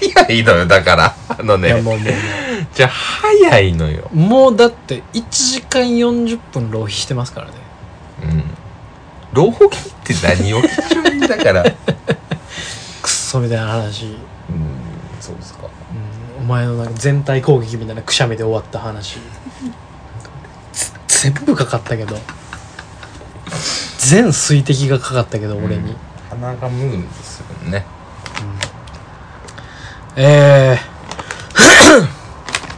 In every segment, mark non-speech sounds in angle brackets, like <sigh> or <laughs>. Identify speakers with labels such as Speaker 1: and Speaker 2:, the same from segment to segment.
Speaker 1: 早いのよ、だから。あの
Speaker 2: いや
Speaker 1: ね。
Speaker 2: もうもうも
Speaker 1: じゃあ、早いのよ。
Speaker 2: うもうだって1時間40分浪費してますからね
Speaker 1: うん。浪費って何を基準にだから。うん、
Speaker 2: クソみたいな話、うん、
Speaker 1: そうですか。
Speaker 2: お前のなんか全体攻撃みたいなくしゃみで終わった話全部かかったけど全水滴がかかったけど俺に、
Speaker 1: うん鼻がムズムズするね。
Speaker 2: えー、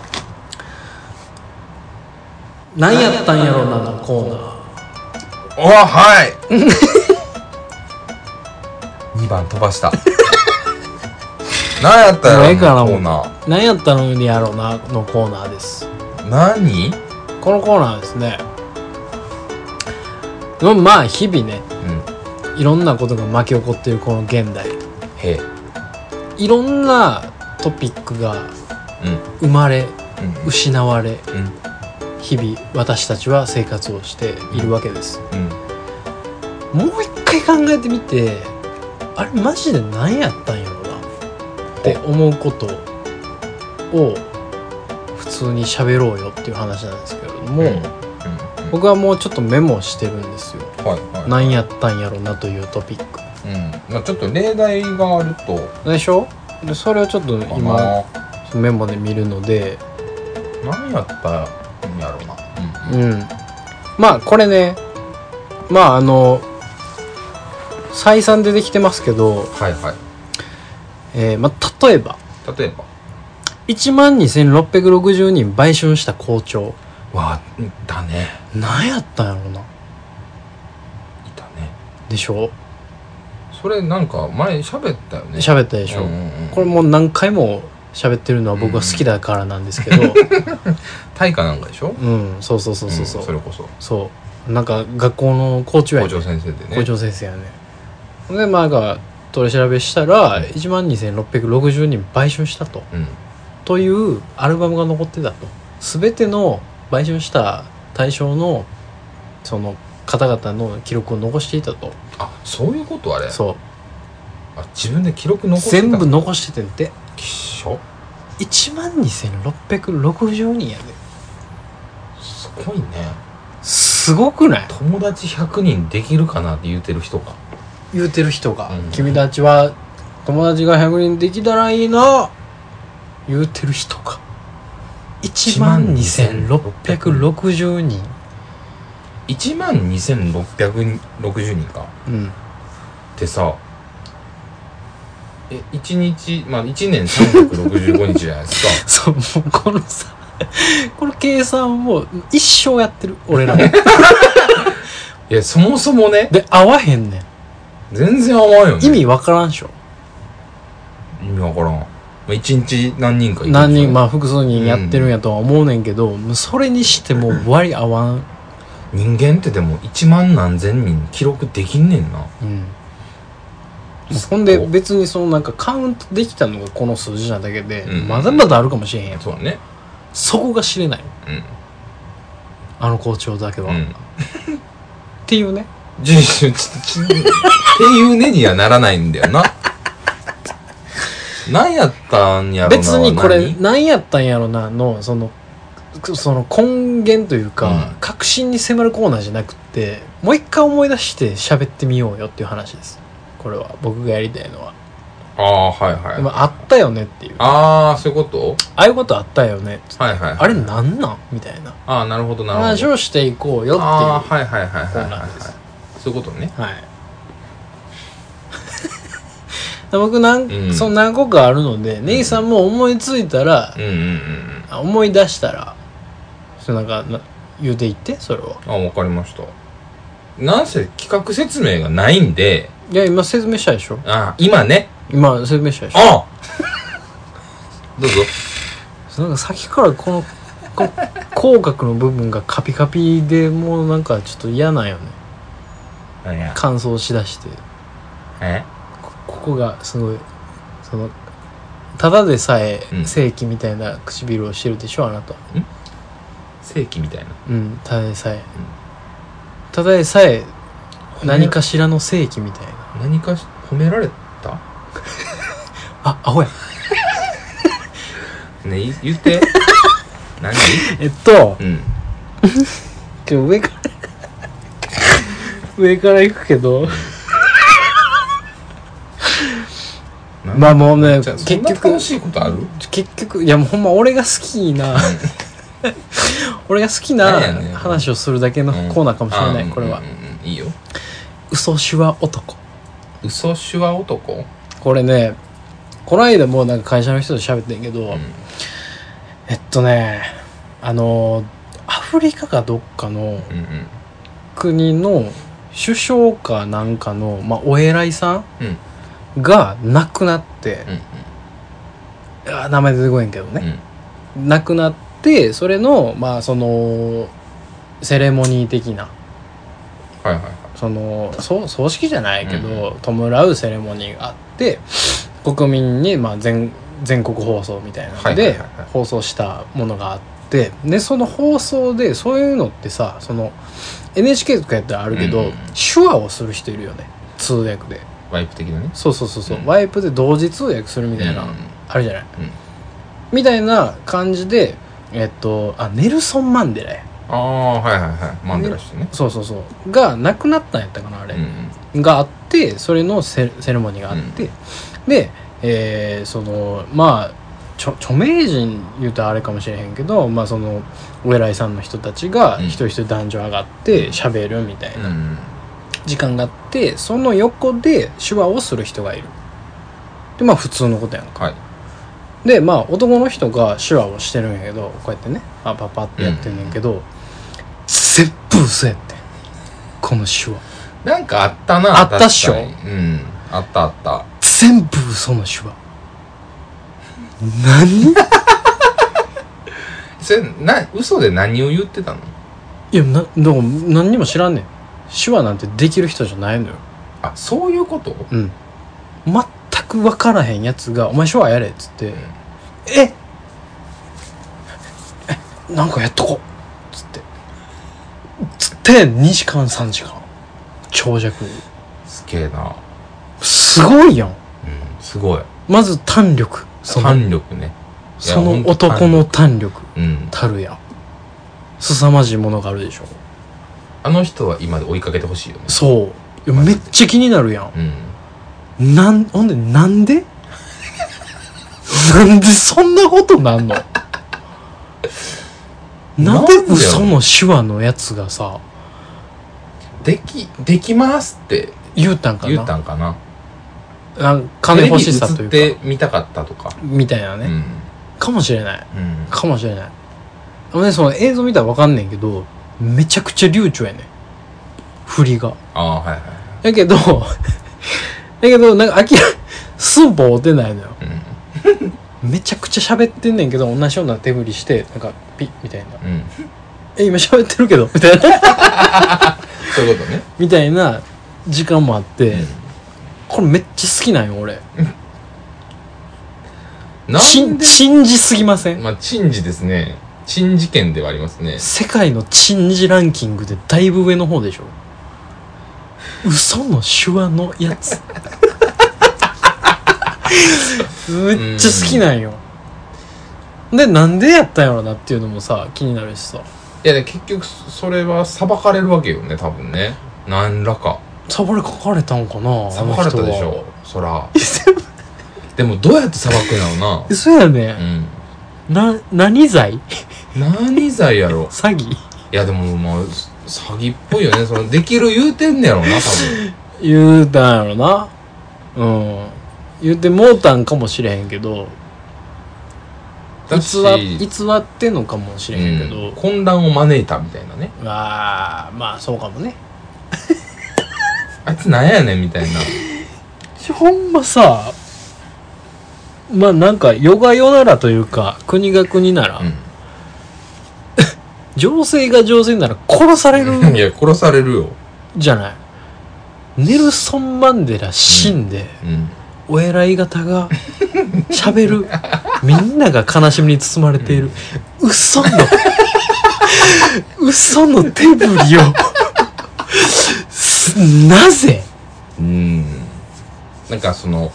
Speaker 2: <coughs> 何やったんやろなのコーナー
Speaker 1: おはい <laughs> !2 番飛ばした。何やった
Speaker 2: もうえ
Speaker 1: よ、
Speaker 2: えかな
Speaker 1: コーナー。
Speaker 2: 何やったのにやろなのコーナーです
Speaker 1: 何
Speaker 2: このコーナーはですねままあ日々ね
Speaker 1: うん。
Speaker 2: いろんなことが巻き起こっているこの現代
Speaker 1: へえ。
Speaker 2: いろんなトピックが
Speaker 1: うん。
Speaker 2: 生まれ
Speaker 1: うん。
Speaker 2: 失われ
Speaker 1: うん。
Speaker 2: 日々私たちは生活をしているわけです
Speaker 1: うん。
Speaker 2: もう一回考えてみてあれマジで何やったんやろなって思うことを普通に喋ろうよっていう話なんですけれども、
Speaker 1: うんうん。
Speaker 2: 僕はもうちょっとメモしてるんですよ
Speaker 1: はいはい。
Speaker 2: 何やったんやろなというトピック
Speaker 1: うん。まあちょっと例題があると、
Speaker 2: でしょでそれをちょっと今
Speaker 1: 今、
Speaker 2: メモで見るので
Speaker 1: 何やったんやろうな。う
Speaker 2: う
Speaker 1: ん
Speaker 2: んまあこれねまああの再三出てきてますけど、
Speaker 1: はいはい。
Speaker 2: えーまあ、例えば
Speaker 1: 例えば。
Speaker 2: 1万2660人売春した校長
Speaker 1: わあ、だね。
Speaker 2: 何やったんやろない
Speaker 1: たね。
Speaker 2: でしょ
Speaker 1: それなんか前喋ったよね。
Speaker 2: 喋ったで
Speaker 1: で
Speaker 2: しょ、
Speaker 1: うんうん、
Speaker 2: これもう何回も喋ってるのは僕は好きだからなんです
Speaker 1: <laughs>
Speaker 2: けど
Speaker 1: 大化なんかでしょ
Speaker 2: うん、そうそうそうそうそう、
Speaker 1: んそれこそ。
Speaker 2: そうなんか学校の校長や
Speaker 1: 校
Speaker 2: ね
Speaker 1: 長先生でね。
Speaker 2: 校長先生やねでまあが取り調べしたら
Speaker 1: うん
Speaker 2: 1万2660人売春したと
Speaker 1: うん。
Speaker 2: というアルバムが残ってたと全ての売春した対象のその方々の記録を残していたと
Speaker 1: あ、そういうことあれ。
Speaker 2: そ
Speaker 1: あ、自分で記録
Speaker 2: う
Speaker 1: 残ってた
Speaker 2: 全部。残しててんて
Speaker 1: きっしょ。
Speaker 2: 1万2660人やです
Speaker 1: ごいね。
Speaker 2: すごくない
Speaker 1: 友達100人できるかなって言うてる人が。
Speaker 2: 言うてる人が、
Speaker 1: うん
Speaker 2: 君たちは友達が100人できたらいいな言うてる人が1万2660人
Speaker 1: 1万2660人か。
Speaker 2: うん
Speaker 1: ってさえ1日まあ1年365日じゃないです
Speaker 2: <laughs>
Speaker 1: か
Speaker 2: そうもうこのさ <laughs> この計算もう一生やってる俺らも
Speaker 1: いやそもそもね
Speaker 2: で合わへんねん
Speaker 1: 全然合わんよね
Speaker 2: 意味わからんでしょ
Speaker 1: 意味わからん、まあ、1日何人かいる
Speaker 2: 何人まあ複数人やってるんやとは思うねんけど、もうそれにしても割合合わん、
Speaker 1: 人間ってでも1万何千人記録できんねんな
Speaker 2: うん、ほんで
Speaker 1: そう
Speaker 2: 別にそのなんかカウントできたのがこの数字なだけで、
Speaker 1: うん
Speaker 2: まだまだあるかもしれへんやん
Speaker 1: そうだね
Speaker 2: そこが知れない
Speaker 1: うん
Speaker 2: あの校長だけは、
Speaker 1: う
Speaker 2: っ
Speaker 1: ん
Speaker 2: ていうね
Speaker 1: じゅちょちょっていうねにはならないんだよな <laughs> 何やったんやろな
Speaker 2: 別にこれ
Speaker 1: 何
Speaker 2: 何やったんやろなのそのその根源というか、
Speaker 1: うん
Speaker 2: 確信に迫るコーナーじゃなくってもう一回思い出して喋ってみようよっていう話ですこれは僕がやりたいのは、
Speaker 1: ああはいはい、
Speaker 2: でもあったよねっていうあ
Speaker 1: ああそういうこと
Speaker 2: あいうことあったよね
Speaker 1: はいはい、はい、
Speaker 2: あれなんなんみたいな
Speaker 1: ああなるほどなるほど
Speaker 2: 話をしていこうよっていう
Speaker 1: ああはいはいはいはいはい、
Speaker 2: そうな
Speaker 1: は
Speaker 2: んです
Speaker 1: い、そういうことね
Speaker 2: はい。 <laughs> 僕なん、
Speaker 1: うん
Speaker 2: その何個かあるので、ネギさんも思いついたら
Speaker 1: うん、うんうんうん
Speaker 2: あ思い出したら、それなんかな言うていって、それは。
Speaker 1: あわかりましたなんせ企画説明がないんで
Speaker 2: いや、今説明したでしょ
Speaker 1: あ今ね
Speaker 2: 今説明したでしょ
Speaker 1: あどうぞ
Speaker 2: そうなんか先からこの、こ <laughs> の口角の部分がカピカピでもうなんかちょっと嫌なんよね。
Speaker 1: 何や
Speaker 2: 乾燥しだして。
Speaker 1: え
Speaker 2: こここがすごい、その、ただでさえ
Speaker 1: うん
Speaker 2: 正規みたいな唇をしてるでしょ、あなた。
Speaker 1: 正規みたいな
Speaker 2: うんただでさえ、ただでさえ何かしらの正規みたいな
Speaker 1: 何かし褒められた
Speaker 2: あアホや
Speaker 1: ねい言って
Speaker 2: <laughs>
Speaker 1: 何
Speaker 2: えっと
Speaker 1: うん
Speaker 2: ちょ上から <laughs> 上から行くけど
Speaker 1: なん
Speaker 2: まあもうね
Speaker 1: じゃあ
Speaker 2: 結
Speaker 1: そんな
Speaker 2: 局
Speaker 1: 楽しいことある
Speaker 2: 結局いやもうほんま俺が好
Speaker 1: <laughs>
Speaker 2: きな俺が好き
Speaker 1: なんやね
Speaker 2: なん話をするだけのコーナーかもしれない、これは、
Speaker 1: うんうんうんいいよ
Speaker 2: 嘘手話男
Speaker 1: 嘘手話男
Speaker 2: これねこの間もうなんか会社の人と喋ってんけど、
Speaker 1: うん
Speaker 2: えっとねあのアフリカかどっかの
Speaker 1: うん
Speaker 2: 国の首相かなんかの、まあ、お偉いさ
Speaker 1: うん
Speaker 2: んが亡くなって
Speaker 1: う、ん
Speaker 2: あー名前出てこへんけどね、
Speaker 1: うん
Speaker 2: 亡くなってそれのまあそのセレモニー的な
Speaker 1: はいはいはい
Speaker 2: そのそう葬式じゃないけ
Speaker 1: う
Speaker 2: ど、弔うセレモニーがあって国民にまあ全全国放送みたいなの
Speaker 1: はいはい
Speaker 2: で
Speaker 1: はいはい
Speaker 2: 放送したものがあってでその放送でそういうのってさその NHK とかやったらあるけど、
Speaker 1: うん
Speaker 2: 手話をする人いるよね通訳で
Speaker 1: ワイプ的なね
Speaker 2: そうそうそうそう、
Speaker 1: うん
Speaker 2: ワイプで同時通訳するみたいな、
Speaker 1: うん
Speaker 2: あるじゃない、
Speaker 1: うん
Speaker 2: みたいな感じでえっとあネルソン・マンデラや
Speaker 1: ああはいはいはいマンデラしてね
Speaker 2: そうそうそうが亡くなったんやったかなあれ、
Speaker 1: うん
Speaker 2: があってそれのセセレモニーがあって、で、えーそのまあ著著名人言うとあれかもしれへんけど、まあ、そのお偉いさんの人たちが
Speaker 1: うん
Speaker 2: 一人一人男女上がって喋るみたい
Speaker 1: うん
Speaker 2: な
Speaker 1: うん
Speaker 2: 時間があってその横で手話をする人がいるでまあ普通のことやんか
Speaker 1: はい
Speaker 2: でまあ男の人が手話をしてるんやけどこうやってねあパパってやってんねんけど、全部嘘やってんこの手話
Speaker 1: なんかあったな
Speaker 2: あったっしょ
Speaker 1: 確かにうんあったあった
Speaker 2: 全部嘘の手話何い
Speaker 1: それな嘘で何を言ってたの
Speaker 2: やなだから何にも知らんねん手話なんてできる人じゃないのよ
Speaker 1: あそういうこと
Speaker 2: うん全く分からへんやつが「お前手話やれ」っつって
Speaker 1: ん
Speaker 2: 「ええなんかやっとこう」っつってつって2時間3時間長尺
Speaker 1: すげえな
Speaker 2: すごいやん
Speaker 1: うんすごい
Speaker 2: まず胆力その
Speaker 1: 胆力ねいや
Speaker 2: その男の胆力
Speaker 1: うん
Speaker 2: たるや凄まじいものがあるでしょ
Speaker 1: あの人は今で追いかけてほしいよね
Speaker 2: そういやめっちゃ気になるやん
Speaker 1: うん
Speaker 2: なんほんでなんでなんでそんなことなんのなんで
Speaker 1: なんでやろ
Speaker 2: 嘘の手話のやつがさ
Speaker 1: できできますって
Speaker 2: 言うたんかな
Speaker 1: 言ったんかな
Speaker 2: なん金欲しさと
Speaker 1: テレビ
Speaker 2: いう
Speaker 1: 映
Speaker 2: か
Speaker 1: ってみたかったとか
Speaker 2: みたいな
Speaker 1: う
Speaker 2: ね、
Speaker 1: ん
Speaker 2: かもしれない
Speaker 1: うん
Speaker 2: かもしれないでもねその映像見たらわかんねんけどめちゃくちゃ流暢やねん振りが
Speaker 1: ああはいはい
Speaker 2: だけど <laughs> だけどなんか明らスープ合うてないのよ
Speaker 1: う
Speaker 2: めちゃくちゃ喋ってんねんけど同じような手振りしてなんかピッみたいなん
Speaker 1: うん
Speaker 2: 「え今喋ってるけど」みたい
Speaker 1: <laughs>
Speaker 2: な
Speaker 1: そういうことね
Speaker 2: みたいな時間もあって、
Speaker 1: う
Speaker 2: これめっちゃ好きなんよ俺
Speaker 1: んな
Speaker 2: し
Speaker 1: ん
Speaker 2: ん
Speaker 1: で
Speaker 2: 信じすぎません、
Speaker 1: まあ珍事ですね珍事件ではありますね
Speaker 2: 世界の珍事ランキングでだいぶ上の方でしょ嘘の手話のやつめっちゃ好きなんよでなんでやったんやろなっていうのもさ気になるしさ
Speaker 1: いやで結局それは裁かれるわけよね多分ね何らか
Speaker 2: サボれ書かれたんかな
Speaker 1: 裁かれたでし
Speaker 2: あの人
Speaker 1: ょ
Speaker 2: は
Speaker 1: そらでもどうやって裁くんやろ
Speaker 2: 嘘やね、
Speaker 1: なうん
Speaker 2: な何罪
Speaker 1: 何罪やろ
Speaker 2: 詐欺
Speaker 1: いやでもまあ詐欺っぽいよねそのできる言うてんねやろな多分
Speaker 2: 言うたんやろなうん言うてもうたんかもしれへんけど
Speaker 1: だし
Speaker 2: 偽わ偽ってんのかもしれへんけど、
Speaker 1: うん混乱を招いたみたいなね
Speaker 2: まあまあそうかもね
Speaker 1: あいつなんやねんみたいな
Speaker 2: ほんまさまあなんか世が世ならというか国が国なら、
Speaker 1: う
Speaker 2: 情勢が情勢なら殺される
Speaker 1: <laughs> んいや殺されるよ
Speaker 2: じゃないネルソン・マンデラ死んで、
Speaker 1: うん
Speaker 2: お偉い方が喋るみんなが悲しみに包まれている、嘘の嘘の手振り <laughs> をすなぜ
Speaker 1: うんなんかその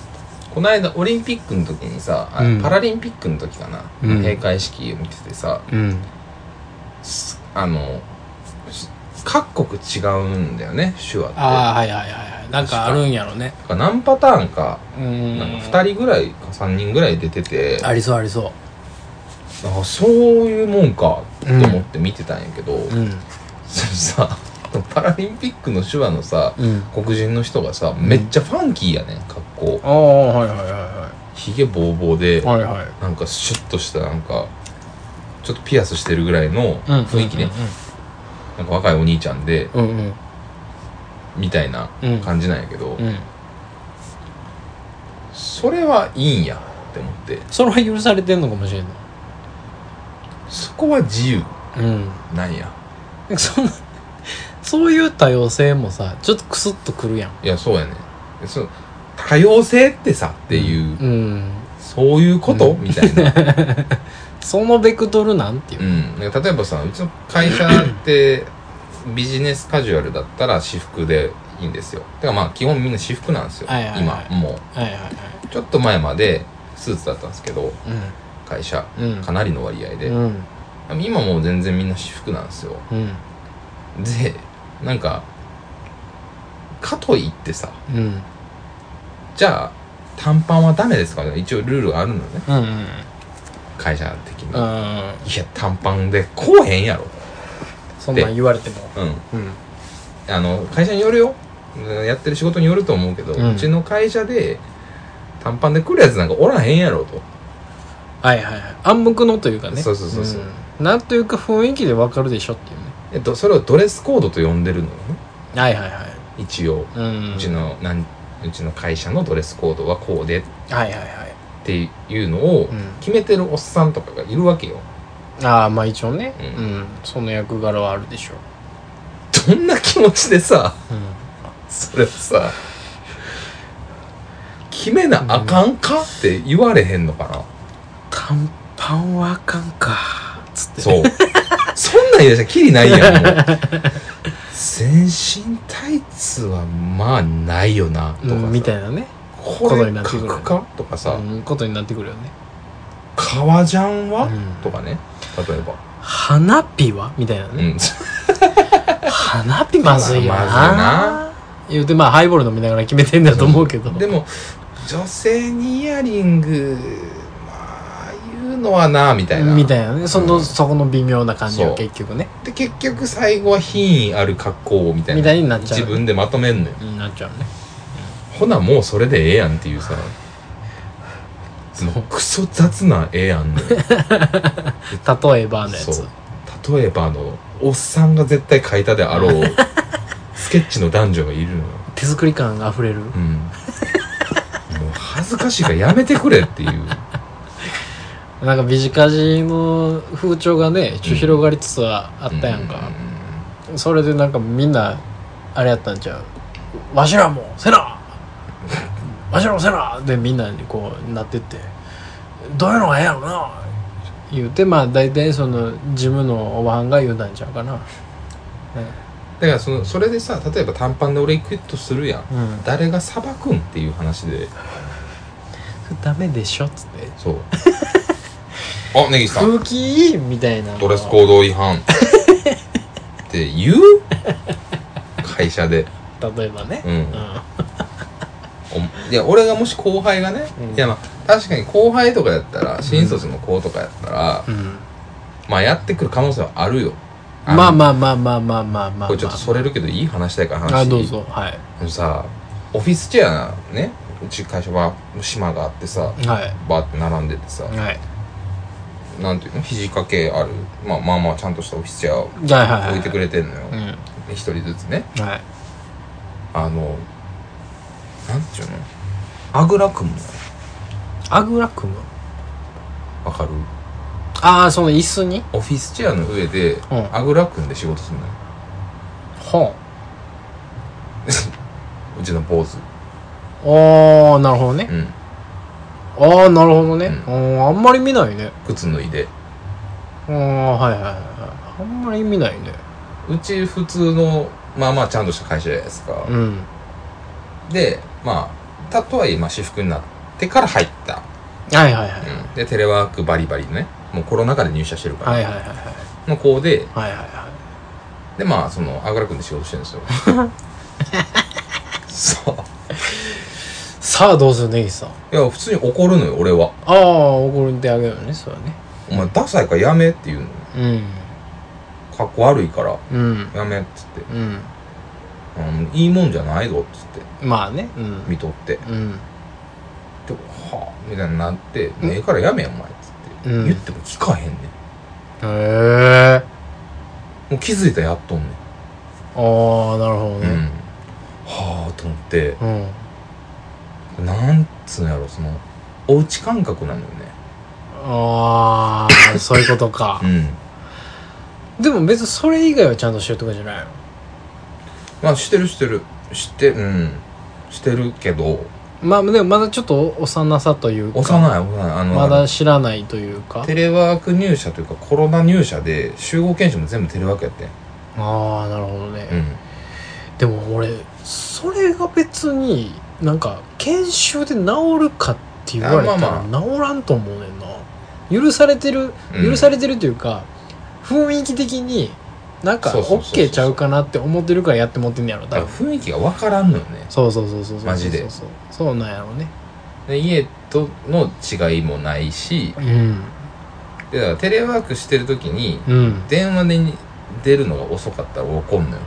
Speaker 1: この間オリンピックの時にさ、あ
Speaker 2: うん
Speaker 1: パラリンピックの時かな、
Speaker 2: うん
Speaker 1: 閉会式を見ててさ
Speaker 2: うん
Speaker 1: すあのし各国違うんだよね手話って
Speaker 2: ああはいはいはいはいなんかあるんやろね
Speaker 1: だから何パターンか
Speaker 2: うん
Speaker 1: なんか2人ぐらいか3人ぐらい出てて、
Speaker 2: ありそうありそ
Speaker 1: あそういうもんかって思って見てたんやけど、
Speaker 2: ううん
Speaker 1: そのさパラリンピックの手話のさ
Speaker 2: うん
Speaker 1: 黒人の人がさめっちゃファンキーやねん格好
Speaker 2: ああはいはいは
Speaker 1: ひげぼうぼうで
Speaker 2: いはいはいはい
Speaker 1: なんかシュッとしたなんかちょっとピアスしてるぐらいの雰囲気ねなんか若いお兄ちゃんで
Speaker 2: うんうん
Speaker 1: みたいな
Speaker 2: うん
Speaker 1: 感じなんやけど
Speaker 2: うん
Speaker 1: それはいいんやって思って
Speaker 2: それは許されてんのかもしれんの
Speaker 1: そこは自由
Speaker 2: うん
Speaker 1: なんや
Speaker 2: <laughs> そんなそういう多様性もさちょっとクスッとくるやん
Speaker 1: いやそうやねそ多様性ってさっていう
Speaker 2: うん
Speaker 1: そういうことみたい
Speaker 2: <laughs>
Speaker 1: な
Speaker 2: そのベクトルなんていうう、
Speaker 1: ん、なんか例えばさうちの会社ってビジネスカジュアルだったら私服でいいんですよてかまあ基本みんな私服なんですよ、
Speaker 2: はいはいはい
Speaker 1: 今も
Speaker 2: はいはいはいう
Speaker 1: ちょっと前までスーツだったんですけど会社
Speaker 2: うんうん
Speaker 1: かなりの割合で、
Speaker 2: うん
Speaker 1: 今もう全然みんな私服なんですよ
Speaker 2: うん
Speaker 1: でなんかかといってさ
Speaker 2: うん
Speaker 1: じゃあ短パンはダメですか一応ルールがあるのね
Speaker 2: うんうん
Speaker 1: 会社的に、
Speaker 2: う
Speaker 1: い
Speaker 2: ん
Speaker 1: や短パンでこうへんやろ
Speaker 2: そんなん言われても
Speaker 1: うん
Speaker 2: うん
Speaker 1: あの会社によるようんやってる仕事によると思うけど、う
Speaker 2: うん
Speaker 1: ちの会社で短パンで来るやつなんかおらへんやろと
Speaker 2: はいはいはい暗黙のというかね
Speaker 1: そうそうそうそうん
Speaker 2: なんというか雰囲気でわかるでしょっていうね
Speaker 1: えっとそれをドレスコードと呼んでるのよね
Speaker 2: はいはいはい
Speaker 1: 一応、
Speaker 2: うん
Speaker 1: うちのなんうちの会社のドレスコードはこうでっ
Speaker 2: はいはいはい
Speaker 1: ていうのを
Speaker 2: うん
Speaker 1: 決めてるおっさんとかがいるわけよ
Speaker 2: ああまあ一応ね
Speaker 1: う
Speaker 2: うんんその役柄はあるでしょ
Speaker 1: どんな気持ちでさ
Speaker 2: ううん
Speaker 1: それをさ決めなあかんかって言われへんのかな、
Speaker 2: 短パンはあかんかつって
Speaker 1: そう。そんなん言い出したらキリないやん、もう。全身タイツはまあないよな、とか
Speaker 2: う
Speaker 1: さ、
Speaker 2: んみたいなね
Speaker 1: こ
Speaker 2: こと
Speaker 1: れ
Speaker 2: になってくる
Speaker 1: 書くかとかさ、
Speaker 2: うんことになってくるよね
Speaker 1: 革ジャンは、
Speaker 2: うん
Speaker 1: とかね。例えば。
Speaker 2: 花火はみたいな
Speaker 1: う
Speaker 2: ね
Speaker 1: ん。
Speaker 2: 花火まずいよ
Speaker 1: ま
Speaker 2: な
Speaker 1: ずいな
Speaker 2: 言うてまあハイボール飲みながら決めてんだと思うけど
Speaker 1: <laughs> でも、女性にイヤリング、まあ、いうのはな、みたいな。
Speaker 2: みたいなねその、
Speaker 1: うん
Speaker 2: そこの微妙な感じ
Speaker 1: そ
Speaker 2: は
Speaker 1: う
Speaker 2: 結局ね
Speaker 1: で、結局最後は品位ある格好をみたいな。
Speaker 2: みたいになっちゃう
Speaker 1: 自分でまとめんのよ。
Speaker 2: うんなっちゃうね
Speaker 1: ほな、もうそれでええやんっていうさ。そのクソ雑なええやんね。
Speaker 2: 例えばのやつ
Speaker 1: そう例えばあのおっさんが絶対書いたであろ
Speaker 2: <laughs>
Speaker 1: うスケッチの男女がいるのよ、
Speaker 2: 手作り感あふれ
Speaker 1: う
Speaker 2: る
Speaker 1: ん、もう恥ずかしいからやめてくれっていう
Speaker 2: なんかビジカジの風潮がねちょ広がりつつは
Speaker 1: あ
Speaker 2: あったやんか、それでなんかみんなあれやったんちゃうわしらもせな <laughs> わしらもせなでみんなにこうなってってどういうのがええやろな言うてまあ大体そのジムのおばはんが言うたんちゃうかな
Speaker 1: だからそのそれでさ例えば短パンで俺行くとするやん
Speaker 2: うん
Speaker 1: 誰が裁くんっていう話で
Speaker 2: ダメでしょっつって
Speaker 1: そうあ根岸さん
Speaker 2: 空気いいみたいな
Speaker 1: ドレス行動違反って言う会社で
Speaker 2: 例えばね
Speaker 1: うん
Speaker 2: うん
Speaker 1: おいや俺がもし後輩がね、
Speaker 2: うん
Speaker 1: いやまあ確かに後輩とかやったら新卒の子とかやったら、
Speaker 2: うん
Speaker 1: まあやってくる可能性はあるよ
Speaker 2: まあ
Speaker 1: あ
Speaker 2: まあまあまあまあまあま
Speaker 1: の
Speaker 2: あ
Speaker 1: これちょっとそれるけどいい話したいから話
Speaker 2: あどうぞはい
Speaker 1: あのさオフィスチェアねうち会社は島があってさ
Speaker 2: は
Speaker 1: バーって並んでてさ
Speaker 2: いはい
Speaker 1: なんていうの肘掛けある、まあ、まあまあちゃんとしたオフィスチェアを
Speaker 2: はいはいはい
Speaker 1: 置いてくれてんのよ
Speaker 2: うんは
Speaker 1: で一人ずつね
Speaker 2: い
Speaker 1: あのなんていうのあぐら組むの
Speaker 2: あぐら組む
Speaker 1: わかる
Speaker 2: ああその椅子に
Speaker 1: オフィスチェアの上で
Speaker 2: うん
Speaker 1: あぐら組んで仕事するのよ
Speaker 2: 本
Speaker 1: うちの坊主
Speaker 2: ああなるほどね
Speaker 1: うん
Speaker 2: ああなるほどね、
Speaker 1: う
Speaker 2: うん、あんまり見ないね
Speaker 1: 靴脱いで
Speaker 2: ああはいはいはいあんまり見ないね
Speaker 1: うち普通のまあまあちゃんとした会社じゃないですか、
Speaker 2: うん
Speaker 1: でまあたとはいえまあ私服になっってから入った。
Speaker 2: はいはいはい
Speaker 1: うん。で、テレワークバリバリのね。もうコロナ禍で入社してるから。
Speaker 2: はいはいはいはい
Speaker 1: の子で、
Speaker 2: はいはいは
Speaker 1: で、まあ、その、あぐら君で仕事してるんです <laughs> よ。そう。
Speaker 2: いさあどうする根岸さん
Speaker 1: いや、普通に怒るのよ、俺は。
Speaker 2: ああ怒るってあげるよねそれはね
Speaker 1: お前、ダサいからやめって言うのよ。かっこ悪いから、
Speaker 2: うん
Speaker 1: やめっつって。
Speaker 2: うんうん
Speaker 1: うん、いいもんじゃないぞっつって、
Speaker 2: まあねうん
Speaker 1: 見とって。
Speaker 2: うん
Speaker 1: ではあみたいになって「ねえからやめやお前」っつって、
Speaker 2: うん
Speaker 1: 言っても聞かへんねんも
Speaker 2: へえ
Speaker 1: う気づいたらやっとんね
Speaker 2: ああなるほど
Speaker 1: ん、うん
Speaker 2: ね
Speaker 1: はあと思って
Speaker 2: うん、
Speaker 1: なんつうんやろそのおうち感覚なのよね
Speaker 2: ああそういうことか
Speaker 1: うん
Speaker 2: でも別にそれ以外はちゃんとしようとかじゃないの
Speaker 1: まあしてるしてるしてうんしてるけど
Speaker 2: まあでもまだちょっと幼さというか
Speaker 1: 幼い幼いあの、
Speaker 2: まだ知らないというか
Speaker 1: テレワーク入社というかコロナ入社で集合研修も全部テレワークやってん
Speaker 2: ああなるほどね、
Speaker 1: うん
Speaker 2: でも俺それが別になんか研修で治るかって言われた
Speaker 1: あまあ
Speaker 2: ら治らんと思うねんな許されてる
Speaker 1: うん
Speaker 2: 許されてるというか、雰囲気的になんか
Speaker 1: そうそうそうそう
Speaker 2: OK ちゃうかなって思ってるからやってもってんねやろ
Speaker 1: だか
Speaker 2: 多
Speaker 1: ら
Speaker 2: 分
Speaker 1: 雰囲気が分からんのよね
Speaker 2: そうそうそうそうそう
Speaker 1: マジで
Speaker 2: そうそうそうなんやろうね
Speaker 1: で家との違いもないし
Speaker 2: うん
Speaker 1: でだからテレワークしてる時に
Speaker 2: うん
Speaker 1: 電話でに出るのが遅かったら怒んのよ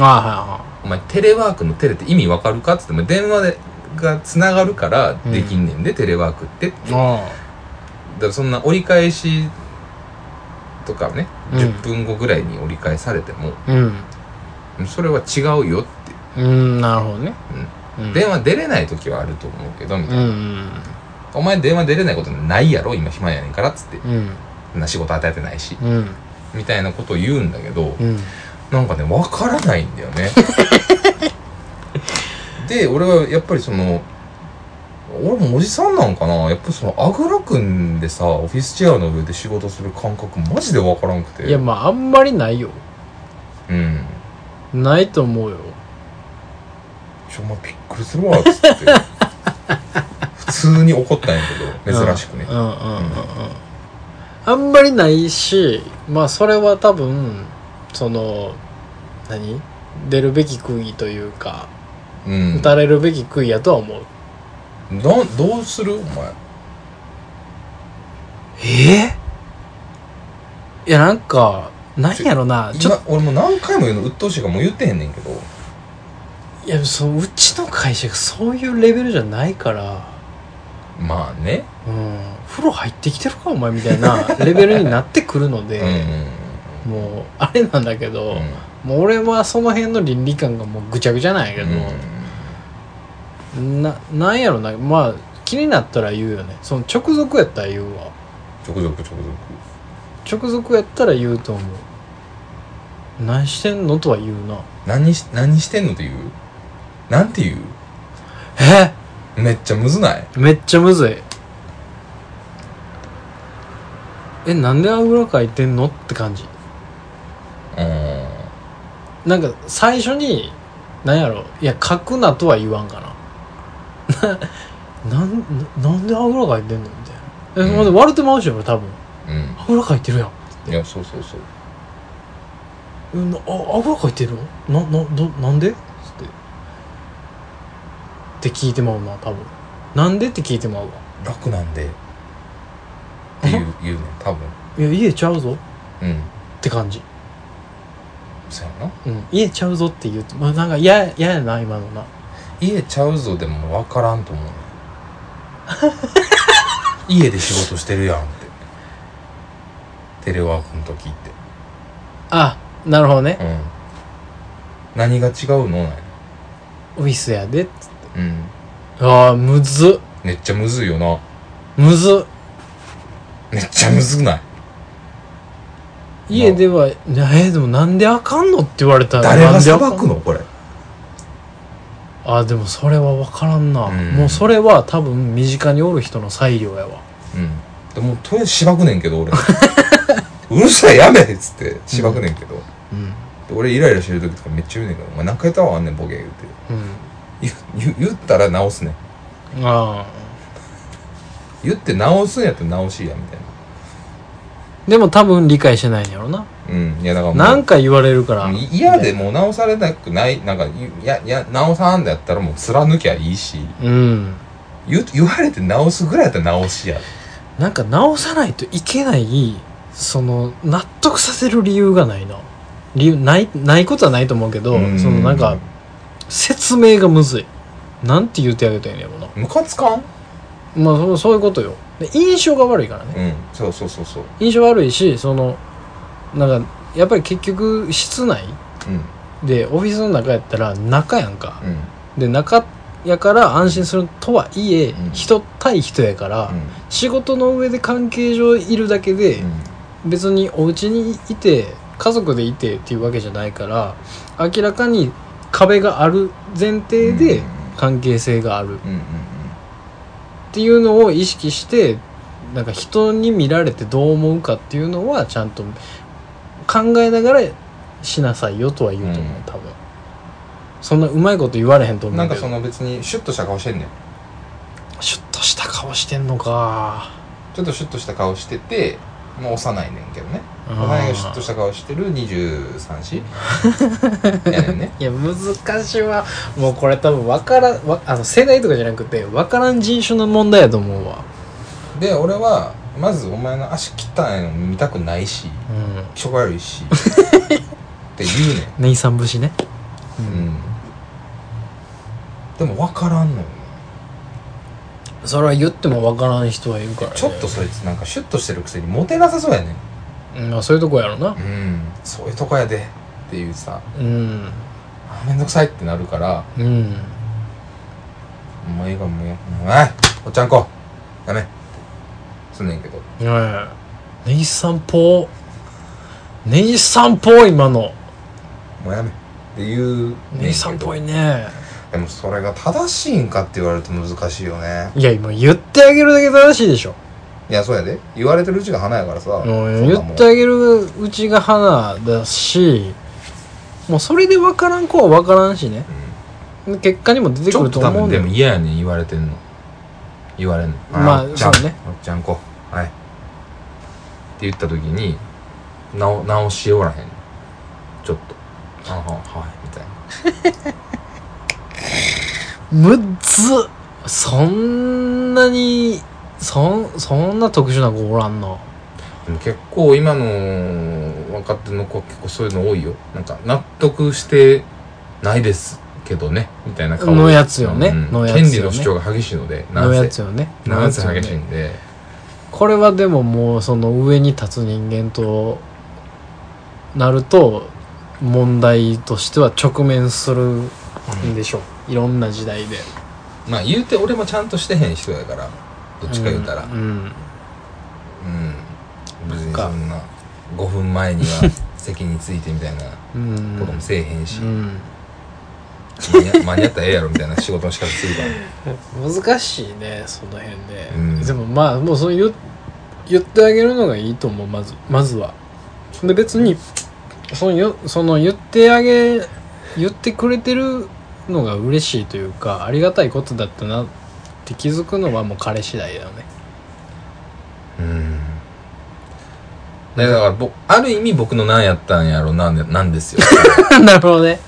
Speaker 2: あ
Speaker 1: お前テレワークのテレって意味わかるかっつってお前電話でがつながるからできんねんで、テレワークってだ
Speaker 2: ーはい
Speaker 1: か
Speaker 2: はいあ
Speaker 1: らそんな折り返しとかね、
Speaker 2: うん
Speaker 1: 10分後ぐらいに折り返されても
Speaker 2: あうん
Speaker 1: それは違うよって、
Speaker 2: うんなるほどねうん
Speaker 1: 電話出れない時はあると思うけどみた
Speaker 2: う
Speaker 1: いな、
Speaker 2: ん
Speaker 1: お前電話出れないことないやろ今暇やねんからっつって
Speaker 2: うん
Speaker 1: そんな仕事与えてないし
Speaker 2: うん
Speaker 1: みたいなことを言うんだけど、
Speaker 2: うん
Speaker 1: なんかね、わからないんだよ
Speaker 2: <laughs>
Speaker 1: ね。で、俺はやっぱりその、俺もおじさんなんかなやっぱその、あぐらくんでさ、オフィスチェアの上で仕事する感覚マジでわからんくて。
Speaker 2: いやまああんまりないよ
Speaker 1: うん。
Speaker 2: ないと思うよ
Speaker 1: ちょ、お前びっくりするわ、つ
Speaker 2: <laughs>
Speaker 1: って。普通に怒ったんやけど、珍しくね
Speaker 2: うん。うんうんうんうんあんまりないしまあそれは多分その何出るべき杭というか、
Speaker 1: うん。
Speaker 2: 打たれるべき杭やとは思う
Speaker 1: などうするお前。
Speaker 2: ええいやなんか何やろなちょっ
Speaker 1: 今、俺もう何回も言うの、鬱陶しいからもう言ってへんねんけど。
Speaker 2: といやそのうちの会社がそういうレベルじゃないから
Speaker 1: まあね。
Speaker 2: うん風呂入ってきてるかお前みた
Speaker 1: <laughs>
Speaker 2: いなレベルになってくるの
Speaker 1: う
Speaker 2: で、
Speaker 1: ん
Speaker 2: もうあれなんだけど、
Speaker 1: うん。うん。
Speaker 2: もう俺はその辺の倫理観がもうぐちゃぐちゃなんやけ
Speaker 1: うん
Speaker 2: ど、ななんやろなまあ気になったら言うよねその直属やったら言うわ
Speaker 1: 直属直属
Speaker 2: 直属やったら言うと思う何してんのとは言うな
Speaker 1: 何し何してんのって言うなんて言う
Speaker 2: え
Speaker 1: めっちゃむずない
Speaker 2: めっちゃむずいえなんであぐらかいてんのって感じ
Speaker 1: うーん
Speaker 2: なんか最初になんやろいや書くなとは言わんかな <laughs> ななんなんであぐらかいてんのみたいなえ、
Speaker 1: うん
Speaker 2: ほんで笑ってまうし俺多分
Speaker 1: う
Speaker 2: あぐらかいてるやん
Speaker 1: んいやそうそうそう
Speaker 2: えなああぐらかいてるのななどなんでつってって聞いてまうな多分なんでって聞いてまうわ
Speaker 1: 楽なんでって言う言うね多分
Speaker 2: いや家ちゃうぞ
Speaker 1: うん
Speaker 2: って感じ
Speaker 1: そうやな
Speaker 2: うん家ちゃうぞって言うと、まあ、なんか嫌やややな今のな
Speaker 1: 家ちゃうぞでも分からんと思うね <laughs> 家で仕事してるやんってテレワークの時って
Speaker 2: あなるほどね
Speaker 1: うん何が違うのなんや
Speaker 2: オフィスやで
Speaker 1: うん
Speaker 2: ああむずっ
Speaker 1: めっちゃむずいよな
Speaker 2: むずっ
Speaker 1: めっちゃむずくない
Speaker 2: 家では「なえでもなんであかんの?」って言われたら
Speaker 1: 誰が裁
Speaker 2: なんであか
Speaker 1: く
Speaker 2: ん
Speaker 1: のこれ
Speaker 2: あでもそれは分からんな、
Speaker 1: うん
Speaker 2: もうそれは多分身近におる人の裁量やわ
Speaker 1: うん。でも、とりあえずしばくねんけど、俺。 <laughs> うるさい、やめえっつって、しばくねんけど。
Speaker 2: うん
Speaker 1: で俺、イライラしてる時とかめっちゃ言うねんけど、お前何回言ったわ、あんねん、ボケ言うて。
Speaker 2: う
Speaker 1: 言う言う言ったら直すねん。
Speaker 2: んああ
Speaker 1: 言って直すんやったら直しやみたいな
Speaker 2: でも多分理解してないんやろな
Speaker 1: うんいやだからもう
Speaker 2: 何回言われるから
Speaker 1: うん嫌でもう直されなくないなんかいやいや直さんだったらもう貫きゃいいし
Speaker 2: うん
Speaker 1: 言う言われて直すぐらいやったら直しや
Speaker 2: なんか直さないといけないその納得させる理由がないな理由ないないことはないと思うけど
Speaker 1: うん
Speaker 2: そのなんか説明がむずいなんて言ってあげたらいいんやろな
Speaker 1: ムカつかん
Speaker 2: まあそうそういうことよで印象が悪いからね
Speaker 1: うんそうそうそうそう
Speaker 2: 印象悪いしそのなんかやっぱり結局室内
Speaker 1: うん
Speaker 2: でオフィスの中やったら中やんか
Speaker 1: うん
Speaker 2: で中やから安心するとはいえ、
Speaker 1: うん
Speaker 2: 人対人やか
Speaker 1: う
Speaker 2: ら、
Speaker 1: ん
Speaker 2: 仕事の上で関係上いるだけで、別にお家にいて家族でいてっていうわけじゃないから明らかに壁がある前提で関係性がある
Speaker 1: うんうん
Speaker 2: っていうのを意識してなんか人に見られてどう思うかっていうのはちゃんと考えながらしなさいよとは言うと思う、
Speaker 1: うん
Speaker 2: 多分そんなうまいこと言われへんと
Speaker 1: う
Speaker 2: 思
Speaker 1: ん
Speaker 2: う
Speaker 1: なん
Speaker 2: け
Speaker 1: か
Speaker 2: ど
Speaker 1: その別にシュッとした顔してんねん
Speaker 2: シュッとした顔してんのか
Speaker 1: ちょっとシュッとした顔しててもう幼いねんけどね幼いがシュッとした顔してる23歳やねん <laughs> ね
Speaker 2: いや難しいわもうこれ多分わからんわあの世代とかじゃなくて分からん人種の問題やと思うわ
Speaker 1: で俺はまずお前の足汚いの見たくないし
Speaker 2: うん
Speaker 1: 気色悪い <laughs> しって言うねん
Speaker 2: ネイサン節ねう
Speaker 1: でも分からんのよね
Speaker 2: それは言っても分からん人はいるから、ね、
Speaker 1: ちょっとそいつなんかシュッとしてるくせにモテなさそうやね
Speaker 2: うんまあそういうとこやろな
Speaker 1: うんそういうとこやでっていうさ
Speaker 2: うん
Speaker 1: あめんどくさいってなるから
Speaker 2: うん
Speaker 1: もうええかもうええもうええおっちゃんこやめすんねんけど
Speaker 2: ねえネイサンポーネイサンポー今の
Speaker 1: もうやめっていう
Speaker 2: ネイ
Speaker 1: け
Speaker 2: サンっ
Speaker 1: ど
Speaker 2: ぽいね
Speaker 1: でもそれが正しいんかって言われると難しいよね
Speaker 2: いや今言ってあげるだけ正しいでしょ
Speaker 1: いやそうやで言われてるうちが花やからさ
Speaker 2: もう
Speaker 1: そん
Speaker 2: 言
Speaker 1: なもん
Speaker 2: ってあげるうちが花だしもうそれで分からん子は分からんしね、結果にも出
Speaker 1: ち
Speaker 2: てく
Speaker 1: ょっ
Speaker 2: ると
Speaker 1: と多
Speaker 2: 思う
Speaker 1: 分
Speaker 2: ん
Speaker 1: で
Speaker 2: だ
Speaker 1: も
Speaker 2: よ
Speaker 1: 嫌やねん言われてんの言われんの
Speaker 2: まあ
Speaker 1: おっちゃん
Speaker 2: そうね
Speaker 1: おっちゃんこはいって言った時になお直しおらへんちょっとあははいみたいな
Speaker 2: むっずそんなにそんそんな特殊な子おらんの
Speaker 1: でも結構今の若手の子は結構そういうの多いよなんか納得してないですけどねみたいな顔
Speaker 2: のやつよね
Speaker 1: うん
Speaker 2: のやつよね
Speaker 1: 権利の主張が激しいので
Speaker 2: のや
Speaker 1: なん
Speaker 2: つ
Speaker 1: せ
Speaker 2: よね
Speaker 1: なんせ
Speaker 2: のや
Speaker 1: 激
Speaker 2: つ
Speaker 1: し
Speaker 2: よ
Speaker 1: い
Speaker 2: ね
Speaker 1: んで
Speaker 2: これはでももうその上に立つ人間となると問題としては直面するんでしょういろんな時代で
Speaker 1: まあ言うて俺もちゃんとしてへん人やからどっちか言うたら、
Speaker 2: うんうん
Speaker 1: うん別
Speaker 2: なん
Speaker 1: に
Speaker 2: か
Speaker 1: そんな5分前に
Speaker 2: <laughs>
Speaker 1: は席についてみたいな
Speaker 2: うん
Speaker 1: こともせえへんし、
Speaker 2: うん
Speaker 1: 間に合間に合ったらええやろみたいな仕事の仕方するから
Speaker 2: 難しいねその辺で、
Speaker 1: うん
Speaker 2: でもまあもうそう言う言ってあげるのがいいと思うまずまずはで別にそのよその言ってあげ言ってくれてるのが嬉しいというかありがたいことだったなって気づくのはもう彼次第だよね <laughs>
Speaker 1: うんだからぼある意味僕の何やったんやろなんでなんですよ
Speaker 2: <laughs> なるほどね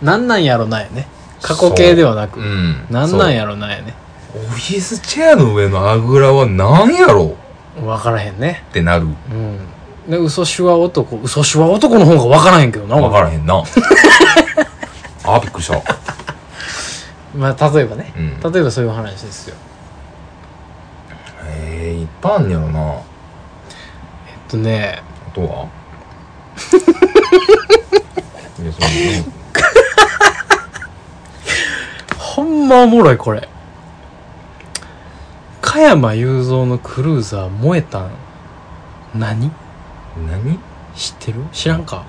Speaker 2: なんなんやろなやね過去形ではな
Speaker 1: う
Speaker 2: く
Speaker 1: ん
Speaker 2: なんなんやろなやね
Speaker 1: そうオフィスチェアの上のあぐらは何やろ
Speaker 2: 分からへんね
Speaker 1: ってなる
Speaker 2: うんで嘘手話男嘘手話男の方が分からへんけどな
Speaker 1: 分からへんな <laughs> あびっくりした
Speaker 2: まあ例えばね、
Speaker 1: うん
Speaker 2: 例えばそういう話ですよ
Speaker 1: えー、いっぱいあんねやろなあ
Speaker 2: えっとね
Speaker 1: とは
Speaker 2: <laughs>
Speaker 1: いやその
Speaker 2: ほんまおもろいこれ加山雄三のクルーザー燃えたん何
Speaker 1: 何
Speaker 2: 知ってる知らんか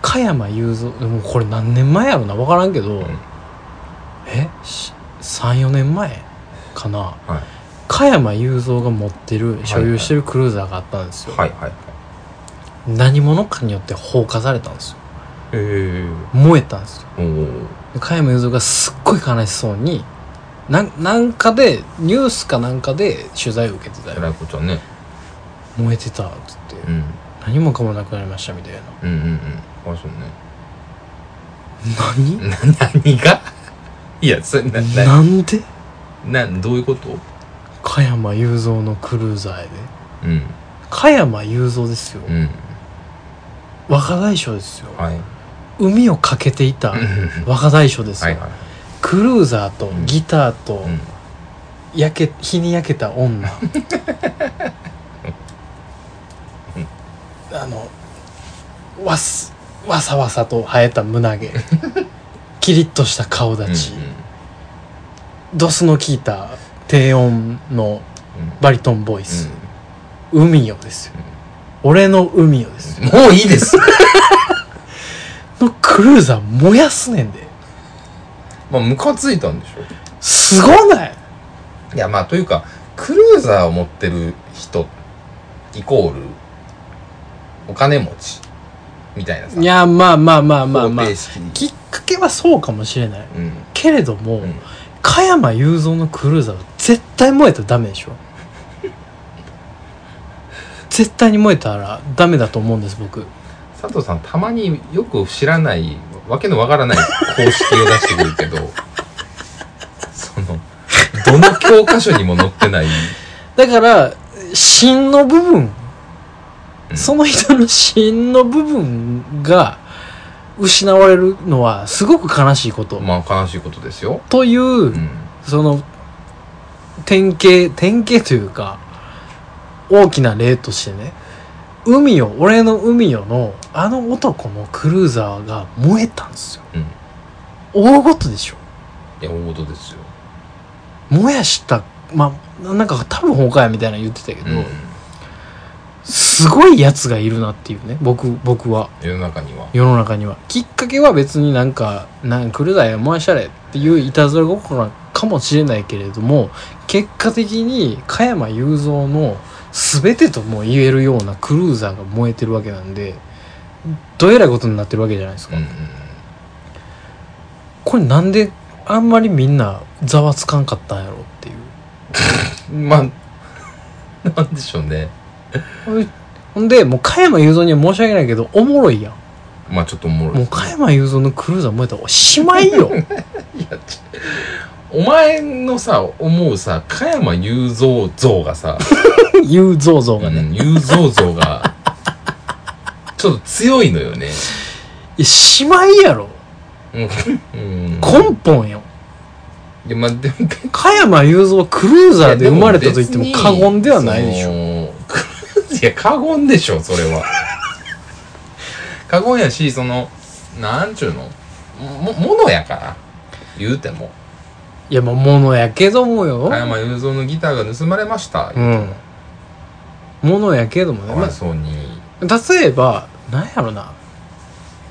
Speaker 2: 加山雄三でもこれ何年前やろな分からんけど、
Speaker 1: ん
Speaker 2: えし34年前かな
Speaker 1: はい
Speaker 2: 加山雄三が持ってる所有してるクルーザーがあったんですよ、
Speaker 1: はいはいはい
Speaker 2: 何者かによって放火されたんですよ
Speaker 1: え
Speaker 2: 燃えたんですよ
Speaker 1: えおお
Speaker 2: 加山雄三がすっごい悲しそうになんなんかでニュースかなんかで取材を受けてた
Speaker 1: え
Speaker 2: よ
Speaker 1: らいこっちゃね
Speaker 2: 燃えてたっつって
Speaker 1: うん
Speaker 2: 何もかもなくなりましたみたいな
Speaker 1: うんうんうんかわいそうね
Speaker 2: <laughs> 何
Speaker 1: な何が <laughs> いやそれなな
Speaker 2: なんで
Speaker 1: などういうこと
Speaker 2: 加山雄三のクルーザーやで
Speaker 1: うん
Speaker 2: 加山雄三ですよ、
Speaker 1: うん
Speaker 2: 若大将ですよ、
Speaker 1: はい
Speaker 2: 海を駆けていた
Speaker 1: うん
Speaker 2: 若大将です
Speaker 1: は
Speaker 2: よ、
Speaker 1: いはい
Speaker 2: クルーザーと
Speaker 1: うん
Speaker 2: ギターと
Speaker 1: うん
Speaker 2: 焼け日に焼けた女あのわすわさわさと生えた
Speaker 1: <laughs>
Speaker 2: 胸毛キリッとした顔立ち、ドスの効いた低音の
Speaker 1: うんうん
Speaker 2: バリトンボイス、海よですよ、俺の海よですよ、
Speaker 1: もういいです。 <laughs>
Speaker 2: のクルーザー燃やすねんで
Speaker 1: まあ、ムカついたんでしょ
Speaker 2: すごない
Speaker 1: いや、まあ、というか、クルーザーを持ってる人、イコール、お金持ち、みたいなさ。
Speaker 2: い、やまあまあまあまあま
Speaker 1: 方
Speaker 2: あ
Speaker 1: 程式に
Speaker 2: きっかけはそうかもしれない
Speaker 1: うん。
Speaker 2: けれども、
Speaker 1: うん
Speaker 2: 加山雄三のクルーザーは絶対燃えたらダメでしょ絶対に燃えたらダメだと思うんです僕
Speaker 1: 佐藤さん、たまによく知らない、わけのわからない公式を出してくるけど、 <laughs> その、どの教科書にも載ってない、
Speaker 2: だから芯の部分、
Speaker 1: うん
Speaker 2: その人の芯の部分が失われるのはすごく悲しいこと、
Speaker 1: まあ、悲しいことですよ。
Speaker 2: という、
Speaker 1: うん。
Speaker 2: その典型典型というか大きな例としてね海よ俺の海よのあの男のクルーザーが燃えたんですよ
Speaker 1: うん。
Speaker 2: 大ごとでしょ
Speaker 1: いや、大事ですよ。
Speaker 2: 燃やしたまあななんか多分他やみたいなの言ってたけ
Speaker 1: う
Speaker 2: ど、
Speaker 1: ん。
Speaker 2: すごいやつがいるなっていうね僕僕は
Speaker 1: 世の中には。
Speaker 2: 世の中にはきっかけは別になんかなんクルーザーや燃やしたれっていういたずら心かもしれないけれども結果的に加山雄三の全てとも言えるようなクルーザーが燃えてるわけなんでどえらいことになってるわけじゃないです
Speaker 1: う
Speaker 2: か、
Speaker 1: んうん。
Speaker 2: これなんであんまりみんなざわつかんかったんやろっていう
Speaker 1: まあ、 <laughs> なんでしょうね。
Speaker 2: ほいほんでもう加山雄三には申し訳ないけどおもろいやん
Speaker 1: まあちょっとおもろい。
Speaker 2: もう加山雄三のクルーザー燃えたらおしまいよ
Speaker 1: いや、ちょお前のさ、思うさ、加山雄三像が <laughs> さ、
Speaker 2: 雄三像がね、
Speaker 1: うん雄三像が、ちょっと強いのよね。
Speaker 2: いやしまいやろ
Speaker 1: うん。
Speaker 2: 根本よ
Speaker 1: いや、まあ、でも、
Speaker 2: 加山雄三はクルーザーで生まれたと言っても過言ではないで
Speaker 1: <laughs>
Speaker 2: しょ
Speaker 1: ょ。いや、過言でしょ、それは。 <laughs> 過言やし、その、なんちゅうのも、ものやから。言うても。
Speaker 2: いやまあものやけどもよ
Speaker 1: 加山雄三のギターが盗まれました。
Speaker 2: うんものやけどもね、
Speaker 1: かわ
Speaker 2: ま
Speaker 1: いそうに。
Speaker 2: あ、例えばなんやろな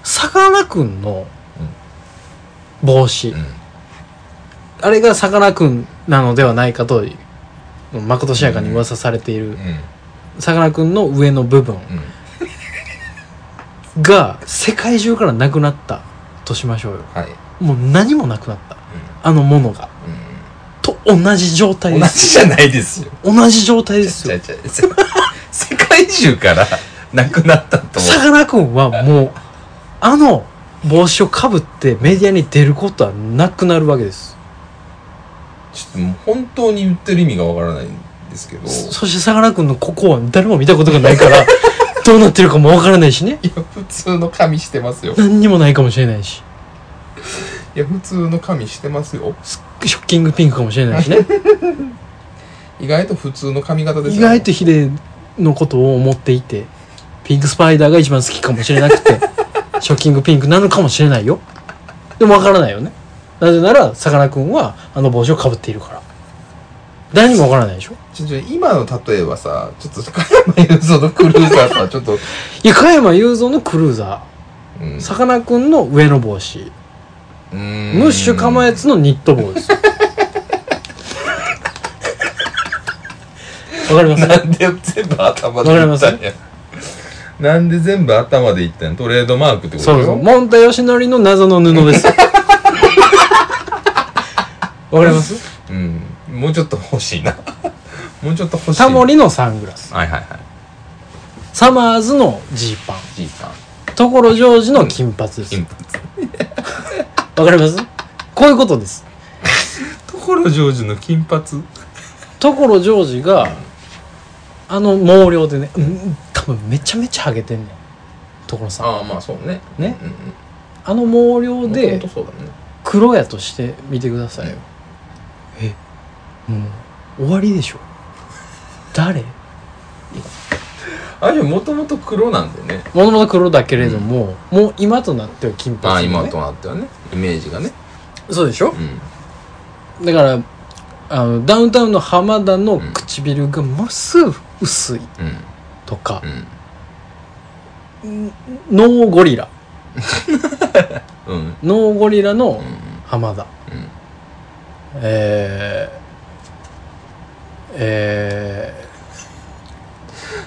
Speaker 2: さかなクンの帽子、
Speaker 1: うん。
Speaker 2: あれがさかなクンなのではないかとまことしやかに噂されているさかなクンの上の部分
Speaker 1: うん。うん。
Speaker 2: が世界中からなくなったとしましょうよ
Speaker 1: はい。
Speaker 2: もう何もなくなったあのものが
Speaker 1: うん。
Speaker 2: と同じ状態
Speaker 1: 同
Speaker 2: です
Speaker 1: じじゃないですよ。
Speaker 2: 同じ状態です
Speaker 1: ちゃ
Speaker 2: よ
Speaker 1: うちゃうせ <laughs> 世界中からなくなったと。
Speaker 2: さかなクンはもうあの帽子をかぶってメディアに出ることはなくなるわけです
Speaker 1: ちょっともう本当に言ってる意味がわからないんですけど。
Speaker 2: そしてさかなクンのここは誰も見たことがないからどうなってるかもわからないしね
Speaker 1: いや、普通の髪してますよ。
Speaker 2: 何にもないかもしれないし
Speaker 1: いや、普通の髪してますよ。
Speaker 2: ショッキングピンクかもしれないしね
Speaker 1: 意外と普通の髪型です
Speaker 2: 意
Speaker 1: よ
Speaker 2: 外とヒデのことを思っていてピンクスパイダーが一番好きかもしれ
Speaker 1: <laughs>
Speaker 2: なくてショッキングピンクなのかもしれないよでもわからないよねなぜならさかなクンはあの帽子をかぶっているから誰にもわからないでしょ
Speaker 1: ちょちょ今の例えばさ、ちょっと加山雄三のクルーザー
Speaker 2: <laughs>
Speaker 1: とはちょっと、
Speaker 2: いや加山雄三のクルーザ
Speaker 1: うん
Speaker 2: ーさかなクンの上の帽子ム
Speaker 1: ム
Speaker 2: ッシュかまえつのニット
Speaker 1: <laughs>
Speaker 2: 帽ですよわかります
Speaker 1: なんで全部頭で言ったんや。なんで全部頭で言ったんや。トレードマークってこと
Speaker 2: そうそうモンタ
Speaker 1: <laughs>
Speaker 2: ヨシノリの謎の布ですよわかります
Speaker 1: うんもうちょっと欲しいな <laughs> もうちょっと欲しい
Speaker 2: タモリのサングラス
Speaker 1: はいはいはい
Speaker 2: サマーズのジーパン
Speaker 1: じいさん
Speaker 2: 所ジョージの金髪です
Speaker 1: 金
Speaker 2: わ
Speaker 1: 髪
Speaker 2: かりますこういうことです
Speaker 1: 所ジョージの金髪
Speaker 2: 所ジョージがあの毛量でね、うん、多分めちゃめちゃハゲてんねん所さん
Speaker 1: ああまあそうね
Speaker 2: ね
Speaker 1: うん
Speaker 2: あの毛量
Speaker 1: うん
Speaker 2: で
Speaker 1: 元々そうだね
Speaker 2: 黒やとして見てくださいよえもう終わりでしょ誰
Speaker 1: あれもともと黒なんでね
Speaker 2: もともと黒だけれども、もう今となっては金
Speaker 1: まあ
Speaker 2: 髪、ね、
Speaker 1: 今となってはねイメージがね
Speaker 2: そうでしょ
Speaker 1: うん
Speaker 2: だからあのダウンタウンの浜田の唇がまっすぐ薄い
Speaker 1: うん
Speaker 2: とか
Speaker 1: う、ん
Speaker 2: ノーゴリラ
Speaker 1: うん
Speaker 2: ノーゴリラの
Speaker 1: う
Speaker 2: 浜田
Speaker 1: ん
Speaker 2: えーえ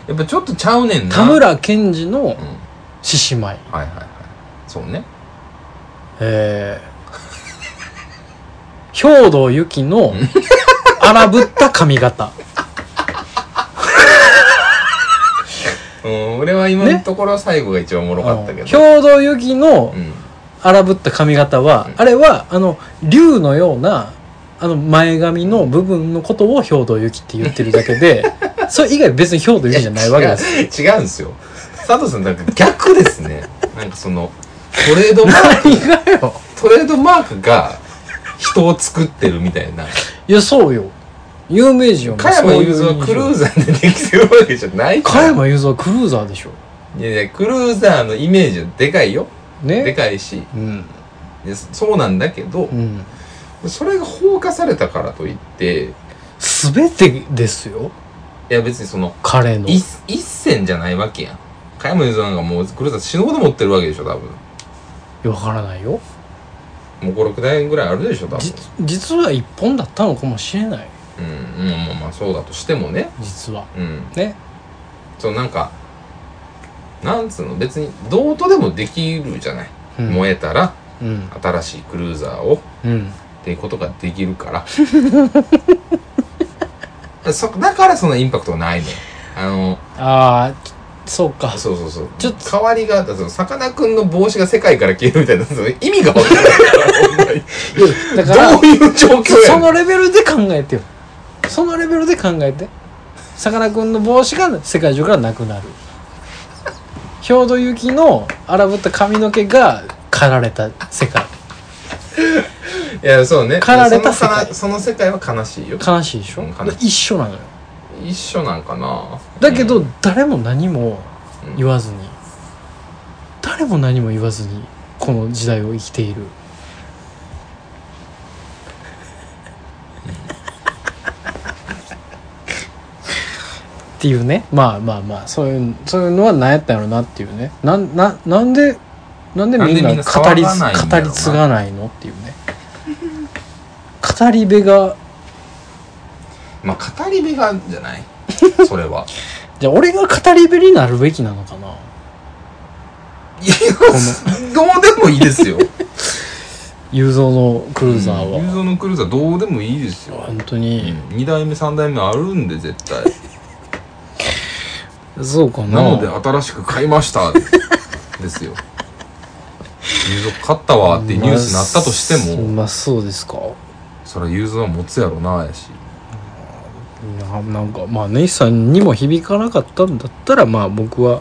Speaker 1: やっぱちょっとちゃうねん
Speaker 2: ー、
Speaker 1: な
Speaker 2: 田村健二の
Speaker 1: うんはい
Speaker 2: 獅子舞
Speaker 1: はいはいそうね
Speaker 2: えー、兵道由紀の荒ぶった髪
Speaker 1: <laughs>
Speaker 2: 型
Speaker 1: うん俺は今のところ最後が一番おもろかったけ
Speaker 2: うん
Speaker 1: ど
Speaker 2: 兵道由紀の
Speaker 1: うん
Speaker 2: 荒ぶった髪型は、
Speaker 1: うん
Speaker 2: あれはあの竜のようなあの前髪の部分のことを兵道由紀って言ってるだ
Speaker 1: <laughs>
Speaker 2: けでそれ以外別に兵道由紀じゃないわけです
Speaker 1: す違うんですよ佐藤さんなんか逆ですねなんかそのトレードマーク
Speaker 2: 何がよ
Speaker 1: <laughs> トレードマークが人を作ってるみたいない
Speaker 2: やそうよ有名人はもう
Speaker 1: 加山雄
Speaker 2: そうい
Speaker 1: 三は
Speaker 2: う印象
Speaker 1: クルーザーでできてるわけじゃないか
Speaker 2: 加
Speaker 1: ら
Speaker 2: 山雄三はクルーザーでしょ
Speaker 1: いやいやクルーザーのイメージはでかいよで
Speaker 2: ね
Speaker 1: かいし
Speaker 2: うん
Speaker 1: いやそうなんだけど
Speaker 2: うん
Speaker 1: それが放火されたからといって
Speaker 2: 全てですよ
Speaker 1: いや別にその
Speaker 2: 彼の
Speaker 1: 一一線じゃないわけやん加山雄三なんかもうクルーザー死ぬほど持ってるわけでしょ多分
Speaker 2: わからないよ
Speaker 1: もう56台ぐらいあるでしょ多分
Speaker 2: じ実は一本だったのかもしれない
Speaker 1: うん、うん、まあまあそうだとしてもね
Speaker 2: 実は
Speaker 1: うん
Speaker 2: ね
Speaker 1: そうなんかなんつうの別にどうとでもできるじゃない、
Speaker 2: うん
Speaker 1: 燃えたら
Speaker 2: うん
Speaker 1: 新しいクルーザーを
Speaker 2: うん
Speaker 1: っていうことができる
Speaker 2: <laughs>
Speaker 1: からそだからそのインパクトがないのよあの
Speaker 2: ああそうか
Speaker 1: そうそうそう
Speaker 2: ちょっと
Speaker 1: 代わりがあったそのさかなクンの帽子が世界から消えるみたいなその意味が分からないからほんまに
Speaker 2: いや <laughs> だから
Speaker 1: どういう状況や
Speaker 2: そ
Speaker 1: ねん
Speaker 2: のレベルで考えてよそのレベルで考えてさかなクンの帽子が世界中からなくなる兵道由紀の荒ぶった髪の毛が刈られた世界
Speaker 1: いやそうね
Speaker 2: 狩られた世
Speaker 1: その
Speaker 2: 界
Speaker 1: かなその世界は悲しいよ
Speaker 2: 悲しいでしょ、
Speaker 1: うん悲し
Speaker 2: 一緒なのよ
Speaker 1: 一緒なんかな
Speaker 2: だけど、
Speaker 1: うん
Speaker 2: 誰も何も言わずに、誰も何も言わずにこの時代を生きているっていうねまあまあまあそういうそういうのは何やったんやろなっていうねなんななんでなんでみ
Speaker 1: な
Speaker 2: んなん
Speaker 1: でみんな
Speaker 2: 語
Speaker 1: 騒
Speaker 2: り
Speaker 1: がないんだろうな
Speaker 2: 語り継がないのっていうね語り部が
Speaker 1: まあ語り部がじゃない
Speaker 2: <laughs>
Speaker 1: それは
Speaker 2: じゃあ俺が語り部になるべきなのかない
Speaker 1: やどうでもいいです
Speaker 2: <laughs>
Speaker 1: よ
Speaker 2: 雄三のク
Speaker 1: ク
Speaker 2: ルーザーは、
Speaker 1: 雄三のクルーザーどうでもいいですよ
Speaker 2: 本当に、
Speaker 1: 2代目3代目あるんで絶対
Speaker 2: そうか
Speaker 1: な
Speaker 2: な
Speaker 1: ので新しく買いました <laughs> ですよ雄三買ったわってニュースになったとして
Speaker 2: まあ
Speaker 1: も
Speaker 2: まあそうですか
Speaker 1: そりゃ雄三は持つやろなやし
Speaker 2: ななんかまあネイさんにも響かなかったんだったらまあ僕は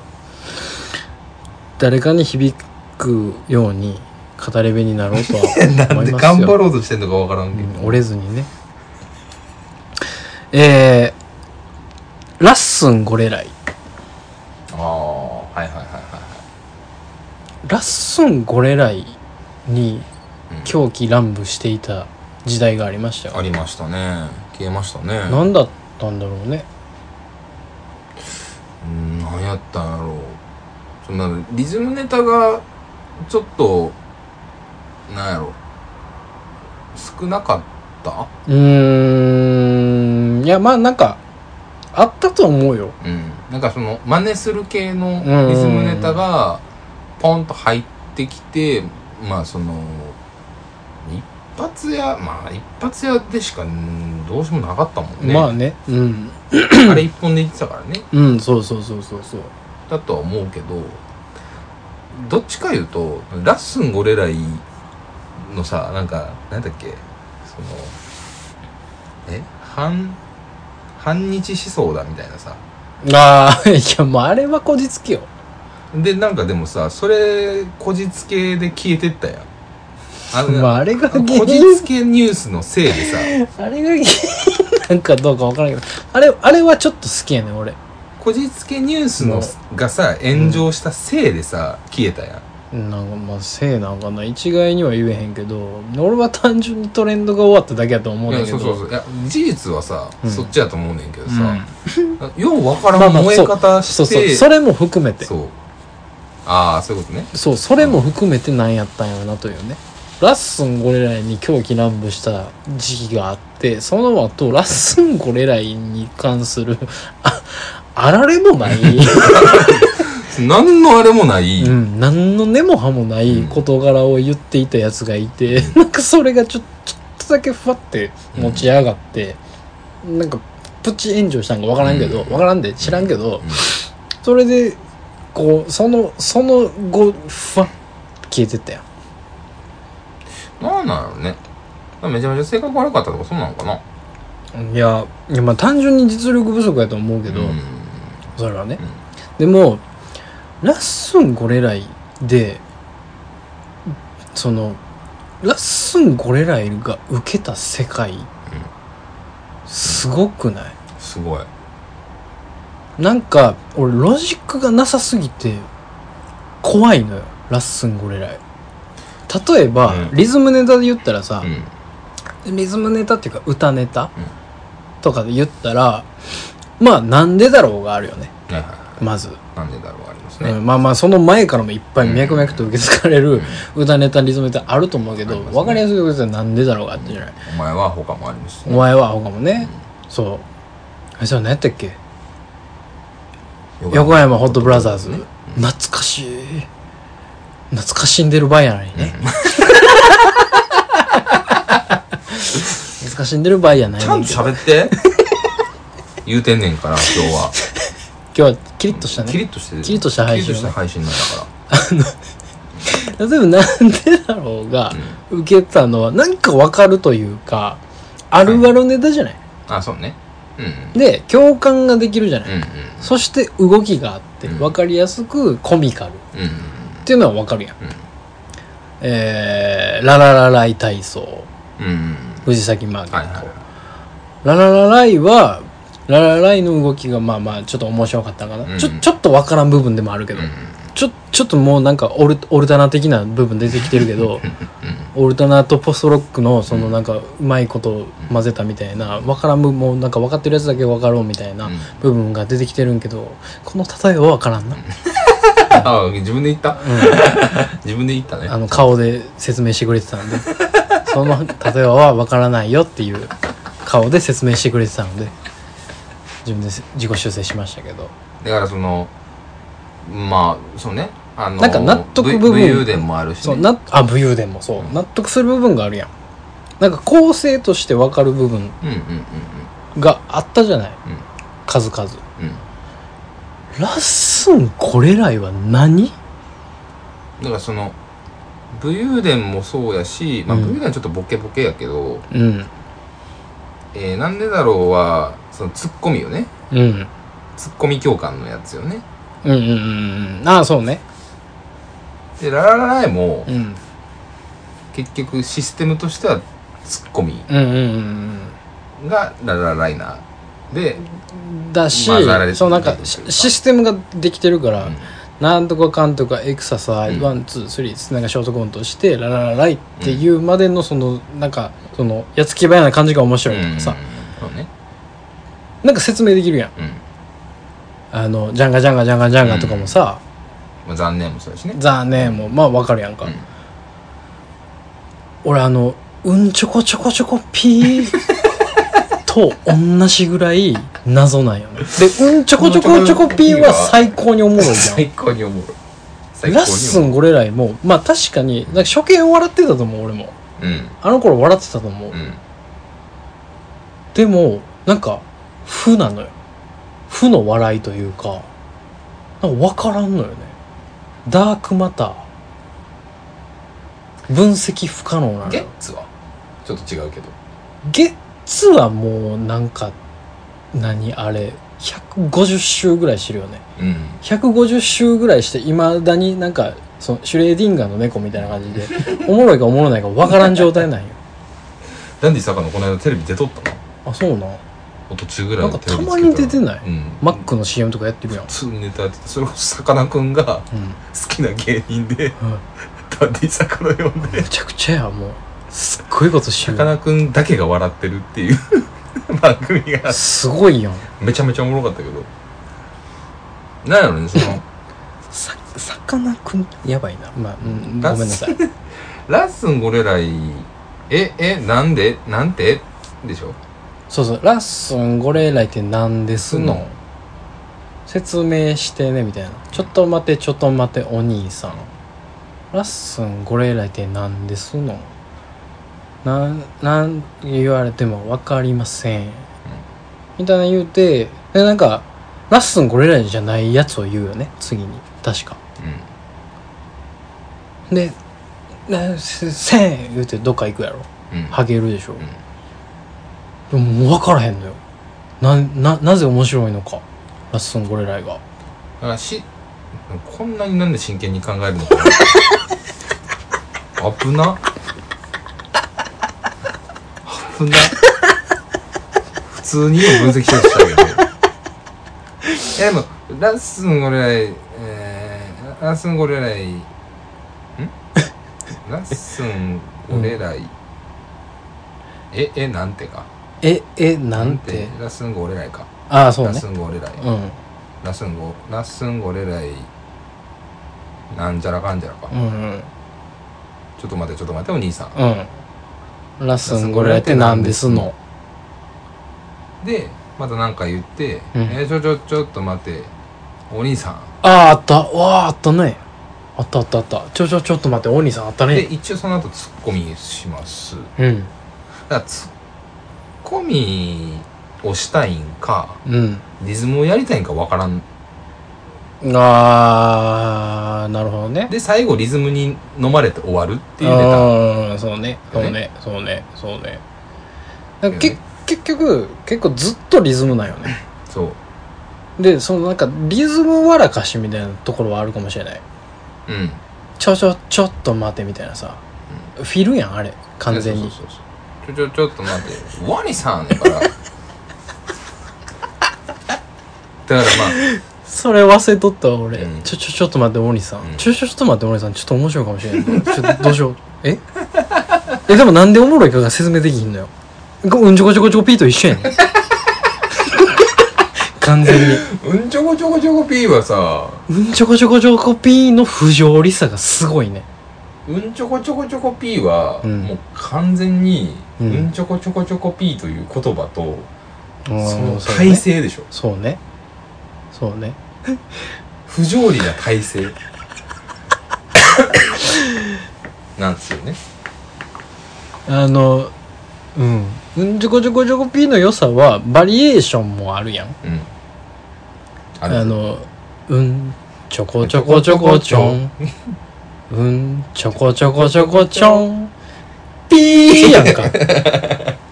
Speaker 2: 誰かに響くように語り部になろうとは思いますよ
Speaker 1: ろうとしてんのかわからん
Speaker 2: うん折れずにねえー、ラッスンゴレライ
Speaker 1: ああはいはいはいは
Speaker 2: ラッスンゴレライ
Speaker 1: い、
Speaker 2: に
Speaker 1: うん
Speaker 2: 狂気乱舞していた時代がありましたよ
Speaker 1: ありましたね消えましたね
Speaker 2: 何だったんだろうね
Speaker 1: うん何やったんやろうそんなリズムネタがちょっとなんやろ少なかった
Speaker 2: うーんいやまあなんかあったと思うよ
Speaker 1: うんなんかその真似する系の
Speaker 2: うん
Speaker 1: リズムネタがポンと入ってきてまあその発屋まあ一発屋でしかうんどうしようもなかったもんね、
Speaker 2: まあねうん
Speaker 1: あれ一本で行ってたからね
Speaker 2: うんそうそうそうそうそう
Speaker 1: だとは思うけどどっちか言うとラッスンゴレライのさなんか何だっけそのえ反反日思想だみたいなさ
Speaker 2: ああ <laughs> いやもうあれはこじつけよ
Speaker 1: でなんかでもさそれこじつけで消えてったやんあの、
Speaker 2: <laughs> まああれが原
Speaker 1: こじ
Speaker 2: 因
Speaker 1: つけニュースのせいで
Speaker 2: <laughs>
Speaker 1: さ
Speaker 2: あれが原因なんかどうかわからんけどあれあれはちょっと好きやねん俺
Speaker 1: こじつけニュースの
Speaker 2: も
Speaker 1: がさ炎上したせいでさ消えたやん
Speaker 2: なんかまあせいなんかな一概には言えへんけど俺は単純にトレンドが終わっただけやと思う
Speaker 1: い
Speaker 2: んだ
Speaker 1: や
Speaker 2: け
Speaker 1: そ
Speaker 2: ど
Speaker 1: うそうそういや事実はさ、
Speaker 2: うん
Speaker 1: そっちやと思うねんけど
Speaker 2: うん
Speaker 1: さ、 <laughs> ようわから
Speaker 2: まあ
Speaker 1: ん
Speaker 2: まあ
Speaker 1: 燃え方して、
Speaker 2: そうそうそれも含めて
Speaker 1: そうああそういうことね
Speaker 2: そうそれも含めて何やったんやろなというねラッスンゴレライに狂気乱舞した時期があってその後ラッスンゴレライに関するああられもない、
Speaker 1: 何のあれもない、
Speaker 2: うん、何の根も葉もない事柄を言っていたやつがいて、 <laughs> なんかそれがちょちょっとだけふわって持ち上がって、なんかプチ炎上したんか分からんけど、
Speaker 1: うん
Speaker 2: 分からんで知らんけど、それでこうそのその後ふわっ消えてったやん
Speaker 1: なんなんやろねめちゃめちゃ性格悪かったとかそうなのかない
Speaker 2: やいやまあ単純に実力不足やと思うけど、
Speaker 1: うん
Speaker 2: それはね、でもラッスンゴレライでそのラッスンゴレライが受けた世界、すごくない
Speaker 1: すごい
Speaker 2: なんか俺ロジックがなさすぎて怖いのよラッスンゴレライ例えば、
Speaker 1: うん
Speaker 2: リズムネタで言ったらさ、
Speaker 1: うん
Speaker 2: リズムネタっていうか歌ネタ、とかで言ったらまあなんでだろうがあるよね
Speaker 1: はいはいは
Speaker 2: まず、
Speaker 1: いなんでだろうあります
Speaker 2: う
Speaker 1: ね、
Speaker 2: んまあまあその前からもいっぱい脈々と受け継がれる歌ネタリズムネタあると思うけ
Speaker 1: あ
Speaker 2: ど、
Speaker 1: りますね
Speaker 2: 分かりやすいことはなんでだろうがあってんじゃない、
Speaker 1: お前は他もありますし
Speaker 2: お前は他もね、そうあいつは何やったっけ
Speaker 1: 横
Speaker 2: 横山ホットブラザーズ、
Speaker 1: ね
Speaker 2: 懐かしい懐かしんでる場合やの <laughs> にね、懐かしんでる場合やない
Speaker 1: ちゃ
Speaker 2: ね
Speaker 1: ん
Speaker 2: ん
Speaker 1: と
Speaker 2: けど今
Speaker 1: 喋って
Speaker 2: <laughs>
Speaker 1: 言うてんねんから今日は
Speaker 2: 日はキリッとしたね
Speaker 1: キリッとしてる
Speaker 2: キリッとした配信
Speaker 1: キリッとした配信なんだか
Speaker 2: 例えばなんでだろうが受けたのはなんかわかるというかあるあるネタじゃない、
Speaker 1: らあそうねうんう
Speaker 2: で共感ができるじゃない、
Speaker 1: ん
Speaker 2: そして動きがあって
Speaker 1: うん
Speaker 2: わかりやすくコミカルっ
Speaker 1: うんうん
Speaker 2: ていうのはわかるやん、
Speaker 1: ん
Speaker 2: えー、ラララライ体操
Speaker 1: うんうんうん
Speaker 2: 藤崎マーケ
Speaker 1: はい
Speaker 2: ッ
Speaker 1: は
Speaker 2: ト、
Speaker 1: い
Speaker 2: ラララライはラララライの動きがまあまあちょっと面白かったかな、
Speaker 1: うん
Speaker 2: ちょちょっとわからん部分でもあるけど、
Speaker 1: うん
Speaker 2: ちょちょっともうなんかオルオルタナ的な部分出てきてる
Speaker 1: <laughs>
Speaker 2: けどオルタナとポストロックのそのなんかうまいこと混ぜたみたいなわからん部分もうなんか分かってるやつだけ分かろうみたいな
Speaker 1: うん
Speaker 2: 部分が出てきてるんけどこの例えは分からんな、
Speaker 1: あ自分で言った <laughs> 自分で言ったね
Speaker 2: あの顔で説明してくれてた
Speaker 1: <laughs>
Speaker 2: んでその例えは分からないよっていう顔で説明してくれてたので自分で自己修正しましたけど
Speaker 1: だからそのまあそうねあの
Speaker 2: なんか納得部分
Speaker 1: 武勇伝もあるし、ね、
Speaker 2: そうなあ武勇伝もそう、納得する部分があるやんなんか構成として分かる部
Speaker 1: う
Speaker 2: 分
Speaker 1: んうんうんうん
Speaker 2: があったじゃない、
Speaker 1: ん
Speaker 2: 数々
Speaker 1: うん
Speaker 2: ラッスンこれらいは何
Speaker 1: だからその武勇伝もそうやし、まあ、
Speaker 2: うん
Speaker 1: 武勇伝はちょっとボケボケやけど、
Speaker 2: うん
Speaker 1: えーなんでだろうはそのツッコミよね
Speaker 2: うん
Speaker 1: ツッコミ共感のやつよね
Speaker 2: うんうんうんうんああそうね
Speaker 1: でラララライも
Speaker 2: うん
Speaker 1: 結局システムとしてはツッコミ
Speaker 2: うんうんうん
Speaker 1: がララライナーで、
Speaker 2: うんだし、
Speaker 1: まあざられ
Speaker 2: そうなんか
Speaker 1: 出てくる
Speaker 2: シ
Speaker 1: というか
Speaker 2: システムができてるから、
Speaker 1: うん
Speaker 2: なんとかかんとかエクササイ
Speaker 1: う
Speaker 2: ズ
Speaker 1: ん
Speaker 2: ワンツースリーなんかショートコントしてラララライっていうまでのそのなんかそのやっつけ早な感じが面白いとかさ、
Speaker 1: うんそうね
Speaker 2: なんか説明できるやん
Speaker 1: うん、
Speaker 2: あのジャンガジャンガジャンガジャンガとかもさ、
Speaker 1: まあ、残念もそうだしね
Speaker 2: ザーネーもまあわかるやんか、
Speaker 1: うん
Speaker 2: 俺あのうんちょこちょこちょこピ <laughs> ーと同じぐらい謎なんよねでうんちょこちょこちょこピーは最高におもろいじゃん
Speaker 1: 最高におもろい最高におもろい
Speaker 2: ラッスンゴレライもまあ確かになんか初見笑ってたと思う俺も
Speaker 1: ううん
Speaker 2: あの頃笑ってたと思う、
Speaker 1: うん
Speaker 2: でもなんか負なのよ負の笑いというかなんか分からんのよねダークマター分析不可能なの
Speaker 1: ゲ
Speaker 2: よ
Speaker 1: ッツはちょっと違うけど
Speaker 2: ゲッツはもうなんか何あれ150周ぐらいしてるよね
Speaker 1: うん
Speaker 2: 150周ぐらいしていまだになんかそのシュレーディンガーの猫みたいな感じ <laughs> でおもろいかおもろないか分からん状態なんよ
Speaker 1: ダンディ坂のこの間テレビ出とったな
Speaker 2: <laughs> あそうなん
Speaker 1: お途中ぐら
Speaker 2: ないん
Speaker 1: の
Speaker 2: か
Speaker 1: テレ
Speaker 2: た
Speaker 1: ビ
Speaker 2: まに出て
Speaker 1: い
Speaker 2: ない
Speaker 1: うん
Speaker 2: マックの CM とかやってるやん、う
Speaker 1: 普通にネタやっててそれこそさかなクンが
Speaker 2: ん
Speaker 1: 好きな芸人で
Speaker 2: うん、
Speaker 1: ダンディ坂の呼んで
Speaker 2: めちゃくちゃやもうすっごいことして
Speaker 1: さか
Speaker 2: る
Speaker 1: なクンだけが笑ってるっていう番組が
Speaker 2: すごいやん
Speaker 1: めちゃめちゃおもろかったけどなんやろねその
Speaker 2: ささかなクンやばいなまあ、うん、ご
Speaker 1: ラ
Speaker 2: め
Speaker 1: ス
Speaker 2: んなさい
Speaker 1: ラッスンゴレライええなんでなんてでしょ
Speaker 2: そうそうラッスンご礼来って何ですの、
Speaker 1: うん
Speaker 2: 説明してねみたいなちょっと待てちょっと待てお兄さんラッスンご礼来って何ですのなんなん言われても分かりません、みたいな言うてでなんかラッスンご礼来じゃないやつを言うよね次に確かで「なせせん」言うてどっか行くやろ
Speaker 1: うんうん
Speaker 2: ハゲるでしょ、でももう分からへんのよなななぜ面白いのかラッスンゴレライが
Speaker 1: だからしこんなになんで真剣に考えるのかな <laughs> 危な危な普通に分析しようとしたけどいやでもラッスンゴレライ、えー、ラッスンゴレライんラッスンゴレライ、ええなんてか
Speaker 2: ええなんて
Speaker 1: ラッスンゴレライか、
Speaker 2: ああそう
Speaker 1: ラッ
Speaker 2: ね
Speaker 1: スンゴレライ、
Speaker 2: うん
Speaker 1: ラッスンゴラッスンゴレライなんじゃらかんじゃらか、
Speaker 2: うんうん
Speaker 1: ちょっと待ってちょっと待ってお兄さん
Speaker 2: うんラッスンゴレライって何ですの
Speaker 1: でまた何か言って「
Speaker 2: うん
Speaker 1: えーちょちょちょっと待ってお兄さん
Speaker 2: あああったわああったねあったあったあったちょちょちょっと待ってお兄さんあった」
Speaker 1: で
Speaker 2: ね
Speaker 1: 一応その後ツッコミします
Speaker 2: うん
Speaker 1: だからツッコミをしたいんか
Speaker 2: うん
Speaker 1: リズムをやりたいんかわからん
Speaker 2: ああなるほどね
Speaker 1: で最後リズムに飲まれて終わるっていうネタ
Speaker 2: うんそうねそうねそうねそうねだからけ結局結構ずっとリズムなんよね
Speaker 1: そう
Speaker 2: でそのなんかリズムわらかしみたいなところはあるかもしれない
Speaker 1: うん
Speaker 2: ちょちょちょっと待てみたいなさ、フィルやんあれ完全に
Speaker 1: そうそうそうそうちょちょちょっと待ってワニさんやから <laughs> だからまあ
Speaker 2: それ忘れとったわ俺、
Speaker 1: うん
Speaker 2: ちょちょちょっと待って大西さん、
Speaker 1: うん
Speaker 2: ちょちょちょっと待って大西さんちょっと面白いかもしれないちょっとどうしようえ <laughs> えでもなんでおもろいかが説明できひんのよごうんちょこちょこちょこピーと一
Speaker 1: <laughs>
Speaker 2: 緒やねん完全に
Speaker 1: うんちょこちょこちょこピーはさ
Speaker 2: うんちょこちょこちょこピーの不条理さがすごいね
Speaker 1: うんちょこちょこちょこピーは、
Speaker 2: うん
Speaker 1: もう完全に、う、
Speaker 2: うんん
Speaker 1: ちょこちょこちょこピーという言葉と、そ
Speaker 2: うん
Speaker 1: の
Speaker 2: そう
Speaker 1: 体
Speaker 2: ね
Speaker 1: 制でしょ、
Speaker 2: そうねそうね
Speaker 1: 不条理な体
Speaker 2: <laughs>
Speaker 1: 制なんですよね
Speaker 2: あのうんうんちょこちょこちょこピーの良さはバリエーションもあるやん
Speaker 1: うんあ
Speaker 2: あのうんちょこちょこちょこちょんうんちょこちょこちょこちょんピーやんか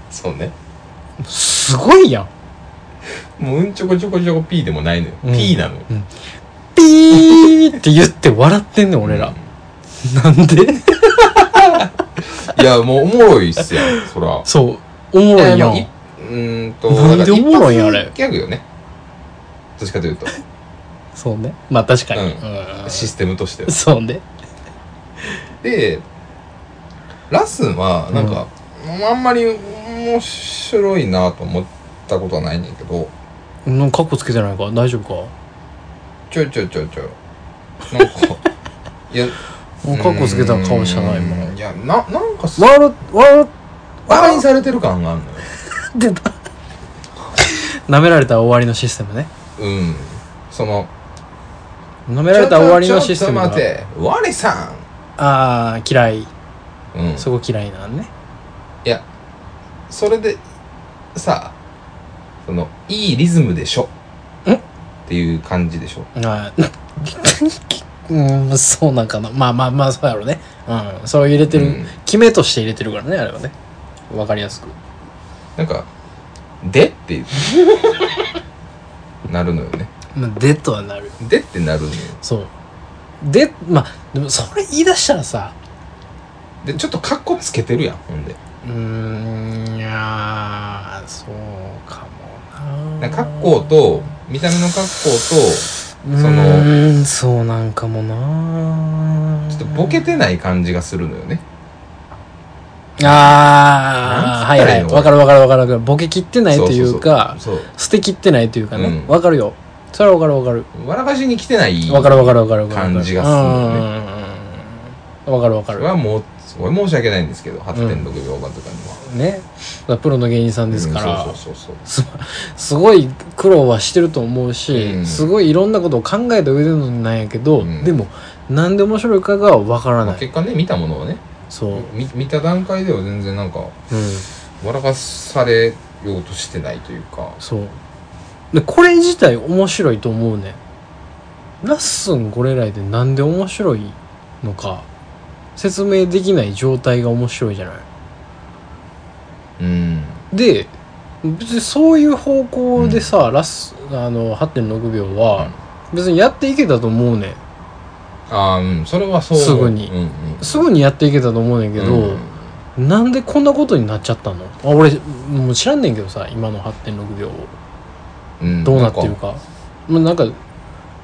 Speaker 1: そうね
Speaker 2: すごいやん
Speaker 1: もううんちょこちょこちょこピーでもないのよ、
Speaker 2: うん
Speaker 1: ピーなのよ
Speaker 2: ピーって言って笑ってんねん俺ら、
Speaker 1: うん
Speaker 2: なんで
Speaker 1: いやもうおもろいっすよそら
Speaker 2: そうおもろいや
Speaker 1: いまあ
Speaker 2: ん、
Speaker 1: いうーんと
Speaker 2: なんでおもろいんやあれ
Speaker 1: だから一発ギャグよねどっちかというと
Speaker 2: そうねまあ確かに、
Speaker 1: うん
Speaker 2: うん
Speaker 1: システムとしては
Speaker 2: そうね
Speaker 1: でラスンはなんか、あんまり面白いなと思ったことはないねんだけど
Speaker 2: なんかカッコつけてないか大丈夫か
Speaker 1: ちょいちょいちょいちょい
Speaker 2: <laughs>
Speaker 1: なんかいや
Speaker 2: もうカッコつけた顔してないもん
Speaker 1: うーいやななんかす
Speaker 2: 笑っ笑っ
Speaker 1: バカにされてる感があるのよ
Speaker 2: 出た舐められたら終わりのシステムね
Speaker 1: うんその
Speaker 2: 舐められたら終わりのシステム
Speaker 1: ちょっと待
Speaker 2: が
Speaker 1: てワニさん
Speaker 2: ああ嫌い
Speaker 1: うん
Speaker 2: そこ嫌いなんね
Speaker 1: いやそれでさそのいいリズムでしょ
Speaker 2: ん
Speaker 1: っていう感じでしょ
Speaker 2: あうんそうなんか <laughs> なまあまあまあそうやろうねうんそれを入れてる、
Speaker 1: うん
Speaker 2: 決めとして入れてるからねあれはねわかりやすく
Speaker 1: なんか「で?」っていう <laughs> なるのよね
Speaker 2: まあでとはなる
Speaker 1: 「で?」ってなるのよ
Speaker 2: そうでまあでもそれ言い出したらさ
Speaker 1: でちょっとカッコつけてるやんほんで
Speaker 2: うーんいやーそうかも
Speaker 1: な
Speaker 2: な
Speaker 1: んか格好と見た目の格好とその
Speaker 2: うーんそうなんかもな
Speaker 1: ちょっとボケてない感じがするのよね
Speaker 2: あ
Speaker 1: な
Speaker 2: あは
Speaker 1: ん
Speaker 2: い
Speaker 1: つった
Speaker 2: は
Speaker 1: らいい
Speaker 2: い
Speaker 1: の
Speaker 2: わかるわかるわかるわかるボケ切ってないというか
Speaker 1: そうそうそう
Speaker 2: 捨て切ってないというかね
Speaker 1: うん
Speaker 2: わ、かるよそれはわかるわかる
Speaker 1: そうわらかしに来てない
Speaker 2: わかるわかるわかるわかる
Speaker 1: 感じがするよね
Speaker 2: うんわかるわか
Speaker 1: そ
Speaker 2: る
Speaker 1: れはもうすごい申し訳ないんですけど8.6秒版とかには、
Speaker 2: ねプロの芸人さんですから、
Speaker 1: うんそうそうそうそう
Speaker 2: すごい苦労はしてると思うし、
Speaker 1: うん
Speaker 2: すごいいろんなことを考えた上でのなんやけど、
Speaker 1: うん
Speaker 2: でもなんで面白いかがわから
Speaker 1: ま
Speaker 2: な
Speaker 1: あ
Speaker 2: い、
Speaker 1: 結果ね見たものをね
Speaker 2: そう、うん、
Speaker 1: み見た段階では全然なんか笑かされようとしてないというか
Speaker 2: そうでこれ自体面白いと思うねラッスンこれらでなんで面白いのか説明できない状態が面白いじゃない
Speaker 1: うん
Speaker 2: で別にそういう方向でさ、ラスあの8.6秒は別にやっていけたと思うね
Speaker 1: ああうんそれはそう
Speaker 2: すぐに
Speaker 1: うんうん、
Speaker 2: すぐにやっていけたと思うねんけど、なんでこんなことになっちゃったのあ俺もう知らんねんけどさ今の8.6秒
Speaker 1: うん
Speaker 2: どうなってる、かまあなんか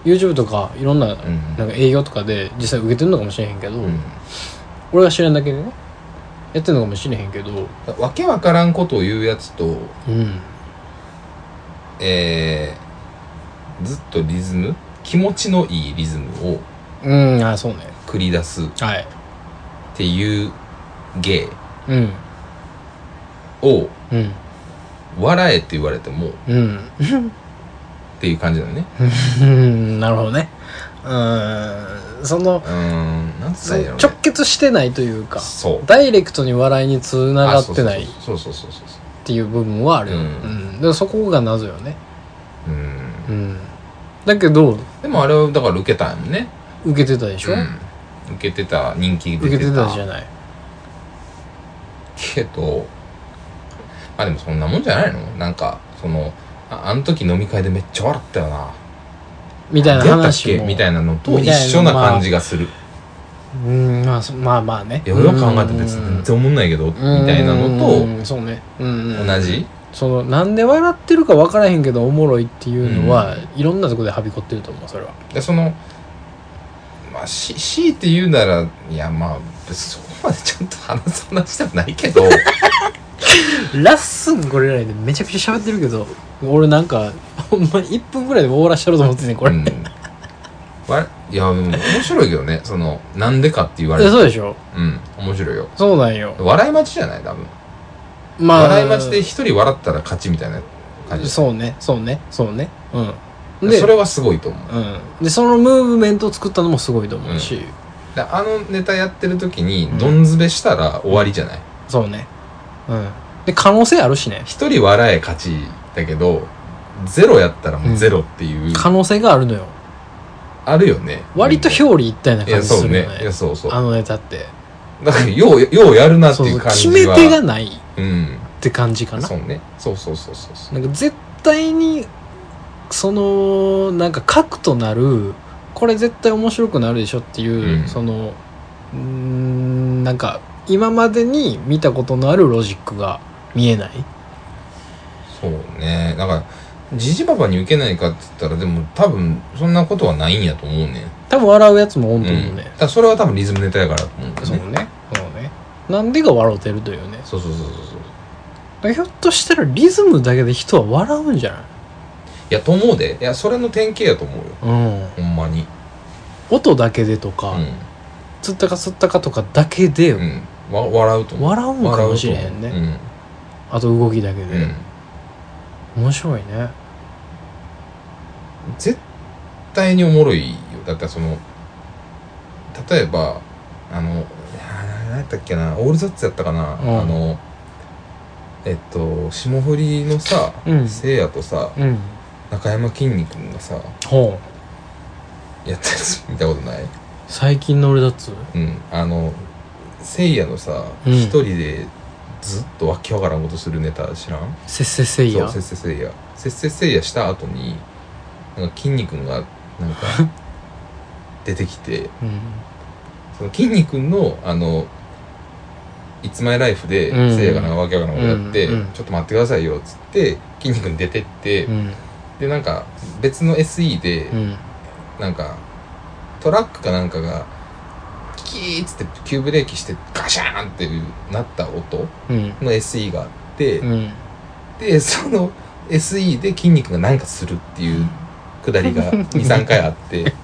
Speaker 2: YouTube とかいろんな
Speaker 1: うんうん
Speaker 2: なんか営業とかで実際受けてるのかもしれへんけど、
Speaker 1: うん
Speaker 2: 俺が知らんだけでねやってるのかもしれへんけど
Speaker 1: わけわからんことを言うやつと
Speaker 2: うん
Speaker 1: えー、ずっとリズム気持ちのいいリズムを
Speaker 2: うんあそうね
Speaker 1: 繰り出すっ
Speaker 2: はい
Speaker 1: ていう芸
Speaker 2: うん
Speaker 1: を
Speaker 2: うん
Speaker 1: 笑えって言われてもっ
Speaker 2: うん
Speaker 1: ていう感じだよね
Speaker 2: うん <laughs> なるほどねうーんその
Speaker 1: うーんなんつったらいいんやろう
Speaker 2: 直
Speaker 1: ね
Speaker 2: 結してないというか
Speaker 1: そう
Speaker 2: ダイレクトに笑いにつながってないっ
Speaker 1: そうそうそうそうそうそう
Speaker 2: ていう部分はあるよ、う
Speaker 1: うんん
Speaker 2: だからそこが謎よね、
Speaker 1: そううん
Speaker 2: うん、だけど
Speaker 1: でもあれはだから受けたんよね
Speaker 2: 受けてたでしょ、
Speaker 1: うん受けてた人気
Speaker 2: 受
Speaker 1: 出
Speaker 2: け
Speaker 1: て
Speaker 2: て
Speaker 1: た
Speaker 2: たじゃない
Speaker 1: けどまあでもそんなもんじゃないのなんかそのああの時飲み会でめっちゃ笑ったよな
Speaker 2: みたいな
Speaker 1: どうやったっ
Speaker 2: 話
Speaker 1: け
Speaker 2: も
Speaker 1: みたいなのと
Speaker 2: みた
Speaker 1: 一
Speaker 2: いな
Speaker 1: 緒な感じがする、
Speaker 2: うんまあそまあまあね
Speaker 1: いや俺は考えて別に全然思んないけどみたいなのと
Speaker 2: とそうね、うんうん
Speaker 1: 同じ
Speaker 2: そのなんで笑ってるか分からへんけどおもろいっていうのは、
Speaker 1: う
Speaker 2: いろんなとこではびこってると思うそれは
Speaker 1: でそのまあし強いて言うならいやまあ別にそこまでちゃんと話す話ではないけど
Speaker 2: ラッスンこれらでめちゃくちゃ喋ってるけど俺なんか <laughs> ほんまに1分ぐらいで終わらしてると思ってんねんこれ、
Speaker 1: う
Speaker 2: え
Speaker 1: んわいやでも面白いけどねそのなんでかって言われる
Speaker 2: そうでしょ
Speaker 1: うん面白いよ
Speaker 2: そうなんよ
Speaker 1: 笑い待ちじゃない多分
Speaker 2: まあ
Speaker 1: 笑い待ちで一人笑ったら勝ちみたいな感じ
Speaker 2: そうねそうねそうねうん
Speaker 1: でそれはすごいと思う
Speaker 2: うん、でそのムーブメントを作ったのもすごいと思うし、
Speaker 1: であのネタやってる時に
Speaker 2: うん
Speaker 1: どんずべしたら終わりじゃない
Speaker 2: そうねうんで可能性あるしね
Speaker 1: 一人笑え勝ちだけどゼロやったらもうゼロっていう、
Speaker 2: 可能性があるのよ
Speaker 1: あるよね
Speaker 2: 割と表裏一体ない感
Speaker 1: や
Speaker 2: じ
Speaker 1: そ
Speaker 2: す
Speaker 1: う
Speaker 2: るよ
Speaker 1: ね
Speaker 2: ね
Speaker 1: いやそうそう
Speaker 2: あのネタって
Speaker 1: だからようようやるなって
Speaker 2: そう
Speaker 1: い
Speaker 2: そうう
Speaker 1: 感
Speaker 2: 決
Speaker 1: じは
Speaker 2: め手がないっ
Speaker 1: うん
Speaker 2: て感じかな
Speaker 1: そうねそうそうそうそうそう
Speaker 2: なんか絶対にそのなんか核となるこれ絶対面白くなるでしょっていう、
Speaker 1: うん
Speaker 2: そのうーんなんか今までに見たことのあるロジックが見えない
Speaker 1: そうねだからジジババに受けないかって言ったらでも多分そんなことはないんやと思うね
Speaker 2: 多分笑うやつもおんと
Speaker 1: う
Speaker 2: 思うん
Speaker 1: だ
Speaker 2: ね
Speaker 1: か、らそれは多分リズムネタやからと思うんだよ
Speaker 2: そう
Speaker 1: ね
Speaker 2: ねそうねなんでが笑うてるというね
Speaker 1: そうそうそうそうそう
Speaker 2: だからひょっとしたらリズムだけで人は笑うんじゃ
Speaker 1: いやと思うでいやそれの典型やと思うよ
Speaker 2: ない、うん、
Speaker 1: ほんまに
Speaker 2: 音だけでと
Speaker 1: う
Speaker 2: か、
Speaker 1: ん、
Speaker 2: つったかつったかとかだけで
Speaker 1: うん、わ笑うと思う
Speaker 2: 笑うんかもしれへん
Speaker 1: 笑う
Speaker 2: ね、
Speaker 1: と思
Speaker 2: あと動きだけ
Speaker 1: ううん、う
Speaker 2: で
Speaker 1: ん、
Speaker 2: 面白いね
Speaker 1: 絶対におもろいよだってその例えばあのいやー何やったっけなオールザッツやったかな、
Speaker 2: うん
Speaker 1: あのえっと霜降りのさ、
Speaker 2: うん
Speaker 1: せいやとさ
Speaker 2: うん
Speaker 1: 中山きんに君がさや
Speaker 2: ほう
Speaker 1: ったやつ見たことない
Speaker 2: 最近の俺だっつ
Speaker 1: うんあのせいやのさ
Speaker 2: うん
Speaker 1: 一、人でずっとわけわからんことするネタ知らん
Speaker 2: せっせっせいや
Speaker 1: そうせっせせいやせっせせいやした後になんか筋肉がなん
Speaker 2: <laughs>
Speaker 1: か出てきて
Speaker 2: うん
Speaker 1: その筋肉のあの「いつまいライフで」
Speaker 2: うん
Speaker 1: せいやがなんかわけわからんことやって、
Speaker 2: うんうん
Speaker 1: ちょっと待ってくださいよ」っつって筋肉に出てって、
Speaker 2: うん
Speaker 1: でなんか別の SE で、
Speaker 2: うん
Speaker 1: なんかトラックかなんかがキーッつって急ブレーキしてガシャーンっていうなった音
Speaker 2: うん
Speaker 1: の SE があって、
Speaker 2: うん
Speaker 1: でその SE で筋肉が何かするっていうくだりが23回あってで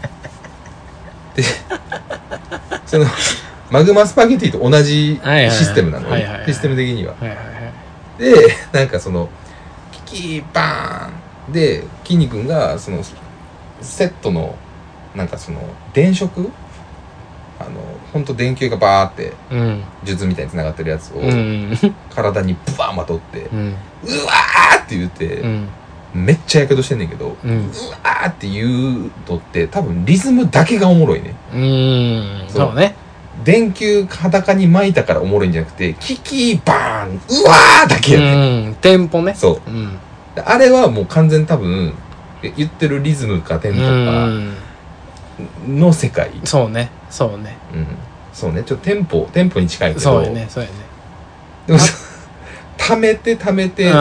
Speaker 1: そのマグマスパゲティと同じ
Speaker 2: はいはいはい
Speaker 1: システムなの
Speaker 2: はいはいは
Speaker 1: ね
Speaker 2: い
Speaker 1: システム的には。
Speaker 2: はいはいはい
Speaker 1: でなんかそのキキーバーンで筋肉がそのセットのなんかその電飾あのほんと電球がバーって
Speaker 2: うん
Speaker 1: 術みたいに繋がってるやつを
Speaker 2: うん
Speaker 1: 体にブワーまとって
Speaker 2: う、ん
Speaker 1: うわーって言って、
Speaker 2: うん
Speaker 1: めっちゃやけどしてんねんけど、
Speaker 2: う
Speaker 1: うんわーって言うのって多分リズムだけがおもろいね
Speaker 2: うん
Speaker 1: そう
Speaker 2: そうね
Speaker 1: 電球裸に巻いたからおもろいんじゃなくてキキーバーンうわーだけやねん、
Speaker 2: うんテンポね
Speaker 1: そう
Speaker 2: うん
Speaker 1: であれはもう完全に多分え言ってるリズムかテン
Speaker 2: う
Speaker 1: ポか
Speaker 2: ん
Speaker 1: の世界、
Speaker 2: そうねそうね
Speaker 1: うん、そうねちょっとテンポテンポに近いけど
Speaker 2: そうやねそうやね
Speaker 1: でもそ溜めて溜めて、う
Speaker 2: うん
Speaker 1: ド
Speaker 2: う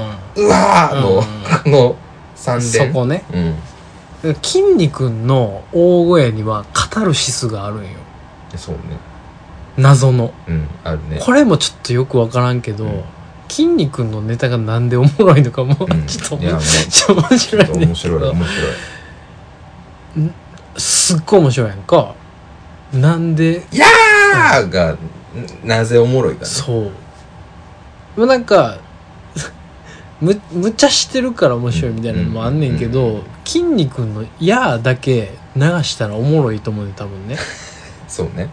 Speaker 2: ん
Speaker 1: わーの、の3
Speaker 2: そ
Speaker 1: 連
Speaker 2: こね
Speaker 1: うん
Speaker 2: 筋肉の大声にはカタルシスがあるんよ
Speaker 1: そうね
Speaker 2: 謎の
Speaker 1: うんあるね
Speaker 2: これもちょっとよくわからんけど、
Speaker 1: うん
Speaker 2: 筋肉のネタがなんでおもろいのかも、
Speaker 1: うん
Speaker 2: <laughs> ちょっと
Speaker 1: いやもう
Speaker 2: ちょっと面
Speaker 1: ちょ
Speaker 2: 白
Speaker 1: っと
Speaker 2: いね
Speaker 1: 面白い面白い
Speaker 2: すっごい面白いやんかなんで
Speaker 1: やーが、んなぜおもろいかね。
Speaker 2: そうでもなんか <laughs> むむちゃしてるから面白いみたいなのもあんねんけど、
Speaker 1: うんうん
Speaker 2: 筋肉の「やー」だけ流したらおもろいと思うね多分ね
Speaker 1: そうね。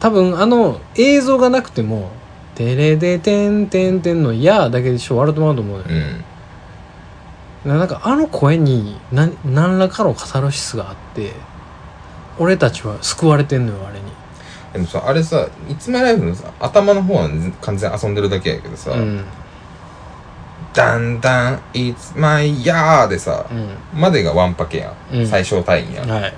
Speaker 2: 多分あの映像がなくても「テレデテンテンテン」の「やー」だけでしょ笑ってもらうと思うのよ
Speaker 1: うん。
Speaker 2: ななんかあの声に何何らかのカタルシスがあって俺たちは救われてんのよあれに
Speaker 1: でもさ、あれさ、いつもライブのさ、頭の方は完全に遊んでるだけやけどさ、
Speaker 2: うん
Speaker 1: だんだん、いつまいやーでさ
Speaker 2: う、
Speaker 1: までがワンパケやん。
Speaker 2: んうん
Speaker 1: 最小単位やん。
Speaker 2: はい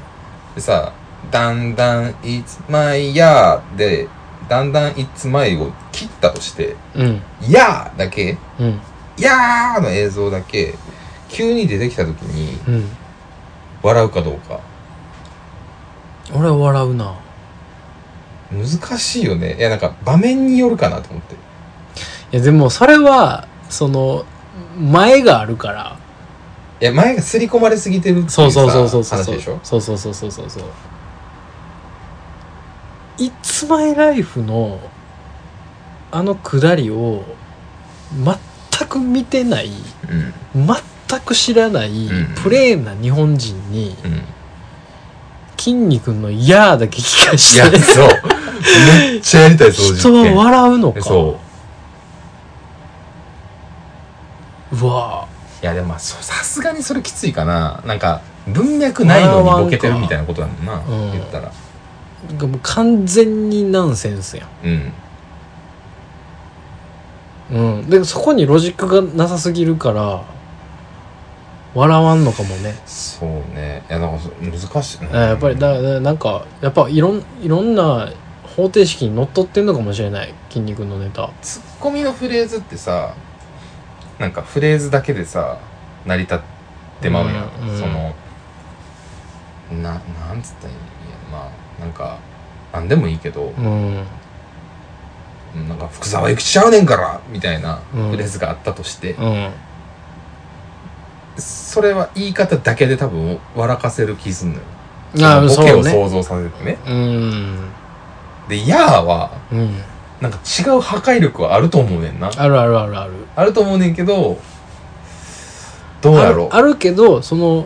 Speaker 1: でさ、だんだん、いつまいやーで、だんだん、いつまいを切ったとして、
Speaker 2: うん
Speaker 1: やーだけ、
Speaker 2: うん
Speaker 1: やーの映像だけ、急に出てきた時に、
Speaker 2: うん
Speaker 1: 笑うかどうか。
Speaker 2: 俺は笑うな
Speaker 1: 難しいよね。いや、なんか、場面によるかなと思って。
Speaker 2: いやでもそれはその前があるから
Speaker 1: いや前が刷り込まれすぎてるっていうさ
Speaker 2: そうそうそうそうそう
Speaker 1: 話
Speaker 2: そう
Speaker 1: でしょ
Speaker 2: そうそうそうそうそうそう「いつまいライフ」のあのくだりを全く見てない
Speaker 1: うん
Speaker 2: 全く知らない
Speaker 1: うん
Speaker 2: プレーンな日本人に
Speaker 1: うん
Speaker 2: 筋肉の「やー」だけ聞か
Speaker 1: い
Speaker 2: し
Speaker 1: や
Speaker 2: て
Speaker 1: そうめっちゃやりたいその実
Speaker 2: 人は
Speaker 1: 験
Speaker 2: 笑うのか
Speaker 1: そう
Speaker 2: うわ
Speaker 1: いやでもまあそうさすがにそれきついかななんか文脈ないのにボケてるみたいなことだもんな、
Speaker 2: うん
Speaker 1: 言ったら
Speaker 2: ーなんかもう完全にナンセンスや
Speaker 1: うん
Speaker 2: んうんでそこにロジックがなさすぎるから笑わんのかもね
Speaker 1: そうねいやなんかそ難しい
Speaker 2: あやっぱりだだなんかやっぱいろんいろんな方程式にのっとってんのかもしれない筋肉のネタ
Speaker 1: ツッコミのフレーズってさなんかフレーズだけでさ成り立ってまうやん、
Speaker 2: うんうん
Speaker 1: そのななんつったらいいんやまあなんかなんでもいいけど、
Speaker 2: うん
Speaker 1: なんか福沢諭吉ちゃうねんからみたいな
Speaker 2: うん
Speaker 1: フレーズがあったとして、
Speaker 2: うん
Speaker 1: それは言い方だけで多分笑かせる気すんのよ。
Speaker 2: あ
Speaker 1: ボケ
Speaker 2: そう
Speaker 1: を
Speaker 2: ね
Speaker 1: 想像させてね。
Speaker 2: うん
Speaker 1: で、やーは、
Speaker 2: うん
Speaker 1: なんか違う破壊力はあると思うねんな。
Speaker 2: あるあるあるある
Speaker 1: あると思うねんけど、どうやろう
Speaker 2: あ。るあるけどその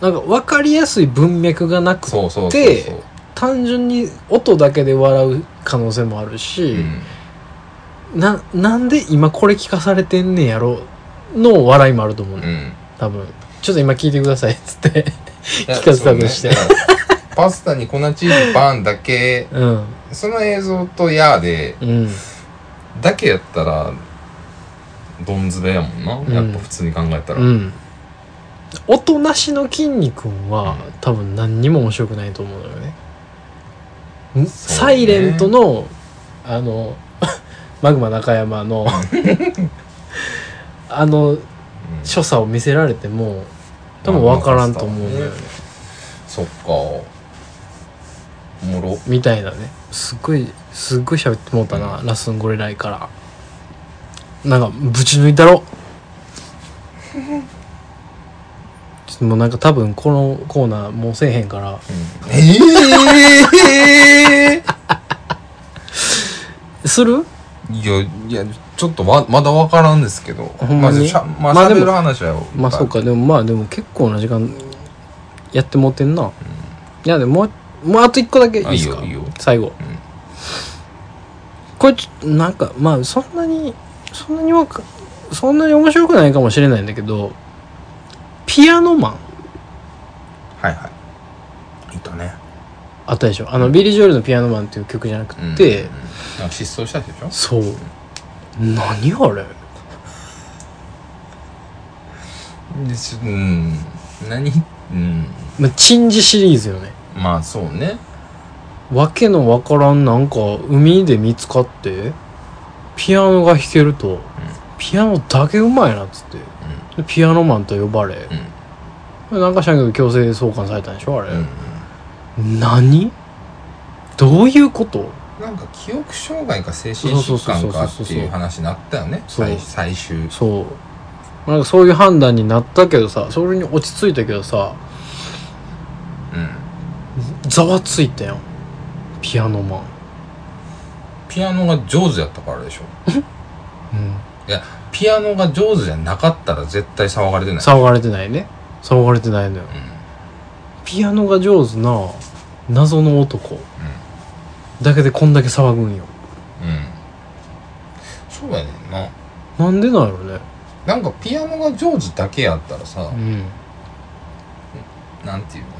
Speaker 2: なんか分かりやすい文脈がなく
Speaker 1: そうそうそう
Speaker 2: で
Speaker 1: そう。
Speaker 2: 単純に音だけで笑う可能性もあるし、ななんで今これ聞かされてんねんやろの笑いもあると思う、
Speaker 1: うん
Speaker 2: ね
Speaker 1: うん
Speaker 2: 多分ちょっと今聞いてくださいっつって聞
Speaker 1: 聞
Speaker 2: かせたとして
Speaker 1: パスタに粉チーズバーンだけ
Speaker 2: うん
Speaker 1: その映像とやーで
Speaker 2: うん
Speaker 1: だけやったらどんずべやもんな、
Speaker 2: ん
Speaker 1: やっぱ普通に考えたら、
Speaker 2: うん音なしの筋肉は多分何にも面白くないと思うのよねんサイレントのあの <laughs> マグマ中山のあの
Speaker 1: うん
Speaker 2: 所作を見せられても多分分からんと思うのよね
Speaker 1: そっかおもろ
Speaker 2: みたいなねすっごいすっごい喋ってもうたな、ラスンゴレライからなんかぶち抜い
Speaker 1: <laughs>
Speaker 2: たろちょっともうなんか多分このコーナーもうせえへんから
Speaker 1: ええ
Speaker 2: する
Speaker 1: いやいやちょっとままだ分からんですけど
Speaker 2: ほんまに
Speaker 1: あしゃまあ
Speaker 2: まあで
Speaker 1: 喋
Speaker 2: も
Speaker 1: る話はよ
Speaker 2: まあそうかでもまあでも結構な時間やってもうてんな、いやでももうもうあと一個だけいい
Speaker 1: あい
Speaker 2: で
Speaker 1: い
Speaker 2: すか
Speaker 1: よいいよ
Speaker 2: 最後、これちょなんかまあそんなにそんなにわかそんなに面白くないかもしれないんだけどピアノマン
Speaker 1: はいはいいたね
Speaker 2: あったでしょあのビリー・ジョエルの「ピアノマン」っていう曲じゃなく
Speaker 1: うん
Speaker 2: て、
Speaker 1: うんなんか失踪した人でしょ
Speaker 2: そう何あれ
Speaker 1: でしうん何うん
Speaker 2: まあチンジシリーズよね
Speaker 1: まあそうね
Speaker 2: わけのわからんなんか海で見つかってピアノが弾けると、ピアノだけうまいなっつって、でピアノマンと呼ばれ、なんかしらんけど強制送還されたんでしょあれ
Speaker 1: う、ん
Speaker 2: 何どういうこと
Speaker 1: なんか記憶障害か精神疾患かっていう話になったよね
Speaker 2: そう
Speaker 1: 最最終
Speaker 2: そうなんかそういう判断になったけどさそれに落ち着いたけどさ
Speaker 1: うん
Speaker 2: ざわついたよピアノマン、
Speaker 1: ピアノが上手やったからでしょ
Speaker 2: うん、
Speaker 1: いやピアノが上手じゃなかったら絶対騒がれてない
Speaker 2: 騒がれてないね騒がれてないのよ、ピアノが上手な謎の男、だけでこんだけ騒ぐんよ
Speaker 1: うんそうやねんな
Speaker 2: なんでなんやろね
Speaker 1: なんかピアノが上手だけやったらさ
Speaker 2: う、ん
Speaker 1: なんていうの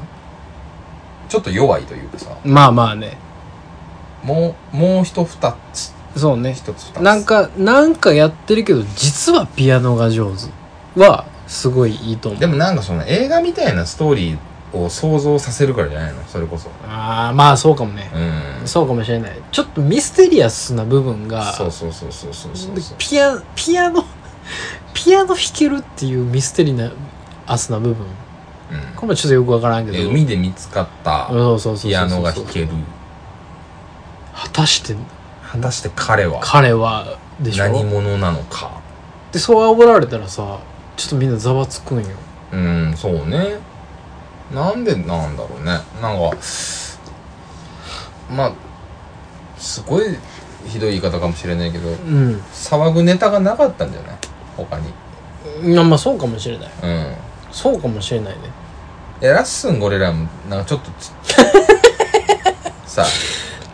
Speaker 1: ちょっと弱いというかさ
Speaker 2: まあまあね
Speaker 1: もうもう一二つ
Speaker 2: そうね
Speaker 1: 一つ二つ
Speaker 2: なんかなんかやってるけど実はピアノが上手はすごいいいと思う
Speaker 1: でもなんかその映画みたいなストーリーを想像させるからじゃないのそれこそ
Speaker 2: ああまあそうかもね
Speaker 1: うん
Speaker 2: そうかもしれないちょっとミステリアスな部分が
Speaker 1: そうそうそうそうそうそうそう
Speaker 2: ピアピアノ <laughs> ピアノ弾けるっていうミステリアスな部分
Speaker 1: うん
Speaker 2: これもちょっとよくわからんけど
Speaker 1: え海で見つかった
Speaker 2: そうそうそうそう
Speaker 1: ピアノが弾ける
Speaker 2: 果たして
Speaker 1: 果たして彼は
Speaker 2: 彼はでしょ
Speaker 1: 何者なのか
Speaker 2: でそう煽られたらさちょっとみんなざわつくんよ
Speaker 1: うんそうねなんでなんだろうねなんかまあすごいひどい言い方かもしれないけど
Speaker 2: うん
Speaker 1: 騒ぐネタがなかったんじゃない他に
Speaker 2: いやまあそうかもしれない
Speaker 1: うん
Speaker 2: そうかもしれないね
Speaker 1: いやラッスンゴレラもなんかちょっとつさ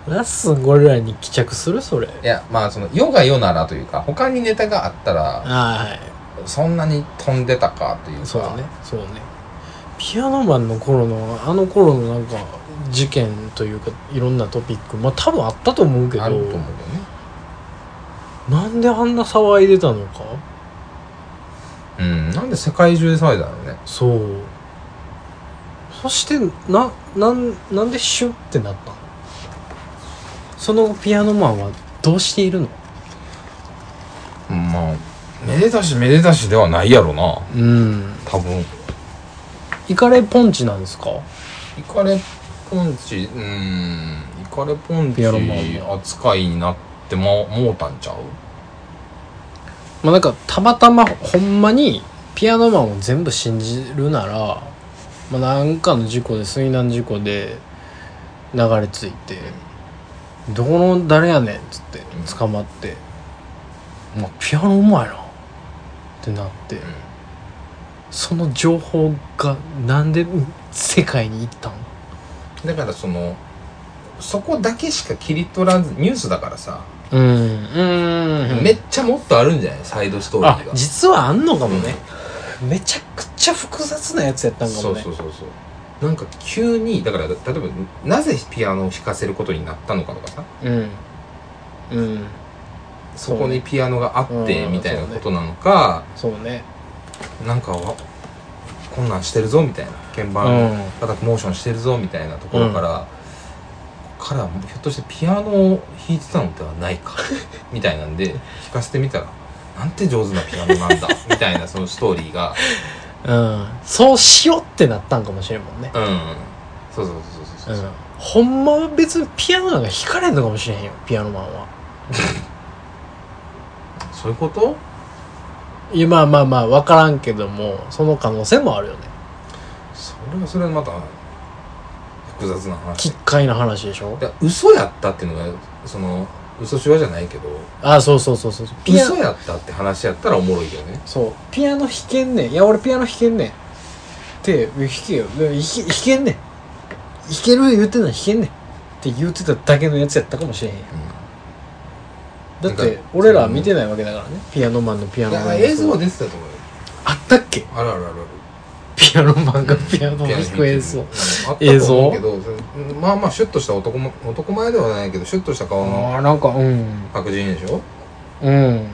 Speaker 2: ラッスンゴレラに帰着するそれ
Speaker 1: いやまあその世が世ならというか他にネタがあったら
Speaker 2: あ
Speaker 1: そんなに飛んでたかという
Speaker 2: あ
Speaker 1: か
Speaker 2: そうだねそうねピアノマンの頃のあの頃のなんか事件というかいろんなトピックまあ多分あったと思うけ
Speaker 1: あ
Speaker 2: ど
Speaker 1: ると思うよね
Speaker 2: なんであんな騒いでたのか
Speaker 1: うんなんで世界中で騒いだろうね
Speaker 2: そうそしてななんなんでシュンってなったのその後ピアノマンはどうしているの
Speaker 1: まあめでたしめでたしではないやろな
Speaker 2: うん
Speaker 1: 多分
Speaker 2: イカレポンチなんですか
Speaker 1: イカレポンチうんイカレポンチ
Speaker 2: ピアノマンも
Speaker 1: 扱いになってももうたんちゃう
Speaker 2: まあなんかたまたまほんまにピアノマンを全部信じるなら、まあ、なんかの事故で水難事故で流れ着いて「どこの誰やねん」っつって捕まって「まあ、ピアノうまいな」ってなって、その情報がなんで世界に行ったん
Speaker 1: だからそのそこだけしか切り取らずニュースだからさ、
Speaker 2: うんうん
Speaker 1: めっちゃもっとあるんじゃないサイドストーリ
Speaker 2: あ
Speaker 1: ーが
Speaker 2: 実はあんのかもね、めちゃくちゃ複雑なやつやったんかも
Speaker 1: そう
Speaker 2: ね
Speaker 1: そうそうそうなんか急にだから例えばなぜピアノを弾かせることになったのかとかさ
Speaker 2: うんうん
Speaker 1: そこにピアノがあって
Speaker 2: うん
Speaker 1: みたいなことなのか、
Speaker 2: そうね
Speaker 1: なんかわこんなんしてるぞみたいな鍵盤
Speaker 2: うん
Speaker 1: 叩くモーションしてるぞみたいなところから、からひょっとしてピアノを弾いてたのではないかみたいなんで弾かせてみたらなんて上手なピアノなんだみたいなそのストーリーが
Speaker 2: うんそうしようってなったんかもしれんもんね
Speaker 1: うんそうそうそうそううそ
Speaker 2: ん
Speaker 1: う、
Speaker 2: ほんまは別にピアノなんか弾かれんのかもしれへんよピアノマンは
Speaker 1: そういうこと
Speaker 2: いやまあまあまあ分からんけどもその可能性もあるよね
Speaker 1: それはそれはまた複雑な話
Speaker 2: 奇怪な話でしょ
Speaker 1: いや嘘やったっていうのがその嘘しわじゃないけど
Speaker 2: あそうそうそうそうピア
Speaker 1: 嘘
Speaker 2: ノ
Speaker 1: やったって話やったらおもろいけどね
Speaker 2: そうピアノ弾けんねんいや俺ピアノ弾けんねんって弾けよでも弾け弾けんねん弾ける言ってんのに弾けんねんって言ってただけのやつやったかもしれへんよだっ
Speaker 1: なん
Speaker 2: て
Speaker 1: か
Speaker 2: 俺らは見てないわけだからねピアノマンのピア
Speaker 1: い
Speaker 2: ノマ
Speaker 1: や
Speaker 2: ン
Speaker 1: 映像は出てたと思うよ
Speaker 2: あったっけ
Speaker 1: あるあるあるある
Speaker 2: ピアノマンがピアノを弾く映像
Speaker 1: あったと思うけどそれまあまあシュッとした男も男前ではないけどシュッとした顔の
Speaker 2: ああなんかうん
Speaker 1: 白人でしょ
Speaker 2: うん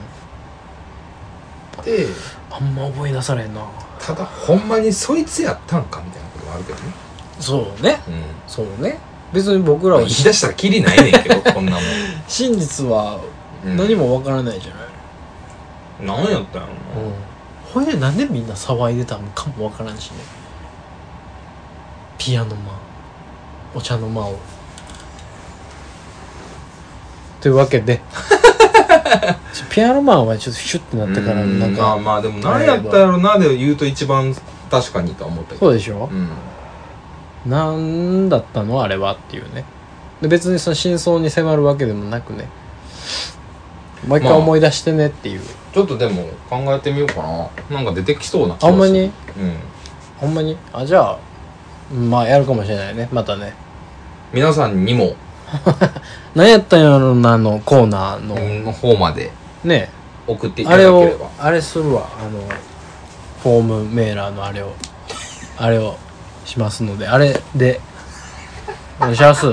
Speaker 1: で
Speaker 2: あんま覚えなされんな
Speaker 1: ただほんまにそいつやったんかみたいなこともあるけどね、
Speaker 2: そうね
Speaker 1: うん
Speaker 2: そうね別に僕
Speaker 1: まあ、
Speaker 2: ら <laughs> は
Speaker 1: 言い出したらキリないねんけ
Speaker 2: <laughs>
Speaker 1: どこんなもん、
Speaker 2: 真実は
Speaker 1: うん
Speaker 2: 何もわからないじゃない、
Speaker 1: 何やったんやろな
Speaker 2: うんほいでなんでみんな騒いでたのかもわからんしねピアノマンお茶の間をというわけ
Speaker 1: <laughs>
Speaker 2: でちょピアノマンはちょっとシュッてなってから
Speaker 1: うん
Speaker 2: なん
Speaker 1: まあ
Speaker 2: か
Speaker 1: まあでも何やったやろなで言うと一番確かにとは思ったけど
Speaker 2: そうでしょ
Speaker 1: う、ん、
Speaker 2: なんだったのあれはっていうねで別にその真相に迫るわけでもなくねもう一回
Speaker 1: まあ
Speaker 2: 思い出してねっていう、
Speaker 1: ちょっとでも考えてみようかななんか出てきそうな気がす
Speaker 2: あ、
Speaker 1: る
Speaker 2: んまに
Speaker 1: うん
Speaker 2: ほんまにあじゃあまあやるかもしれないねまたね
Speaker 1: 皆さんにも
Speaker 2: 何やったんやろなのコーナーの、
Speaker 1: の方まで
Speaker 2: ね
Speaker 1: 送ってい
Speaker 2: あ
Speaker 1: ただ
Speaker 2: れ
Speaker 1: けれ
Speaker 2: を
Speaker 1: ば
Speaker 2: あれするわあのフォームメーラーのあれをあれをしますのであれでお願いします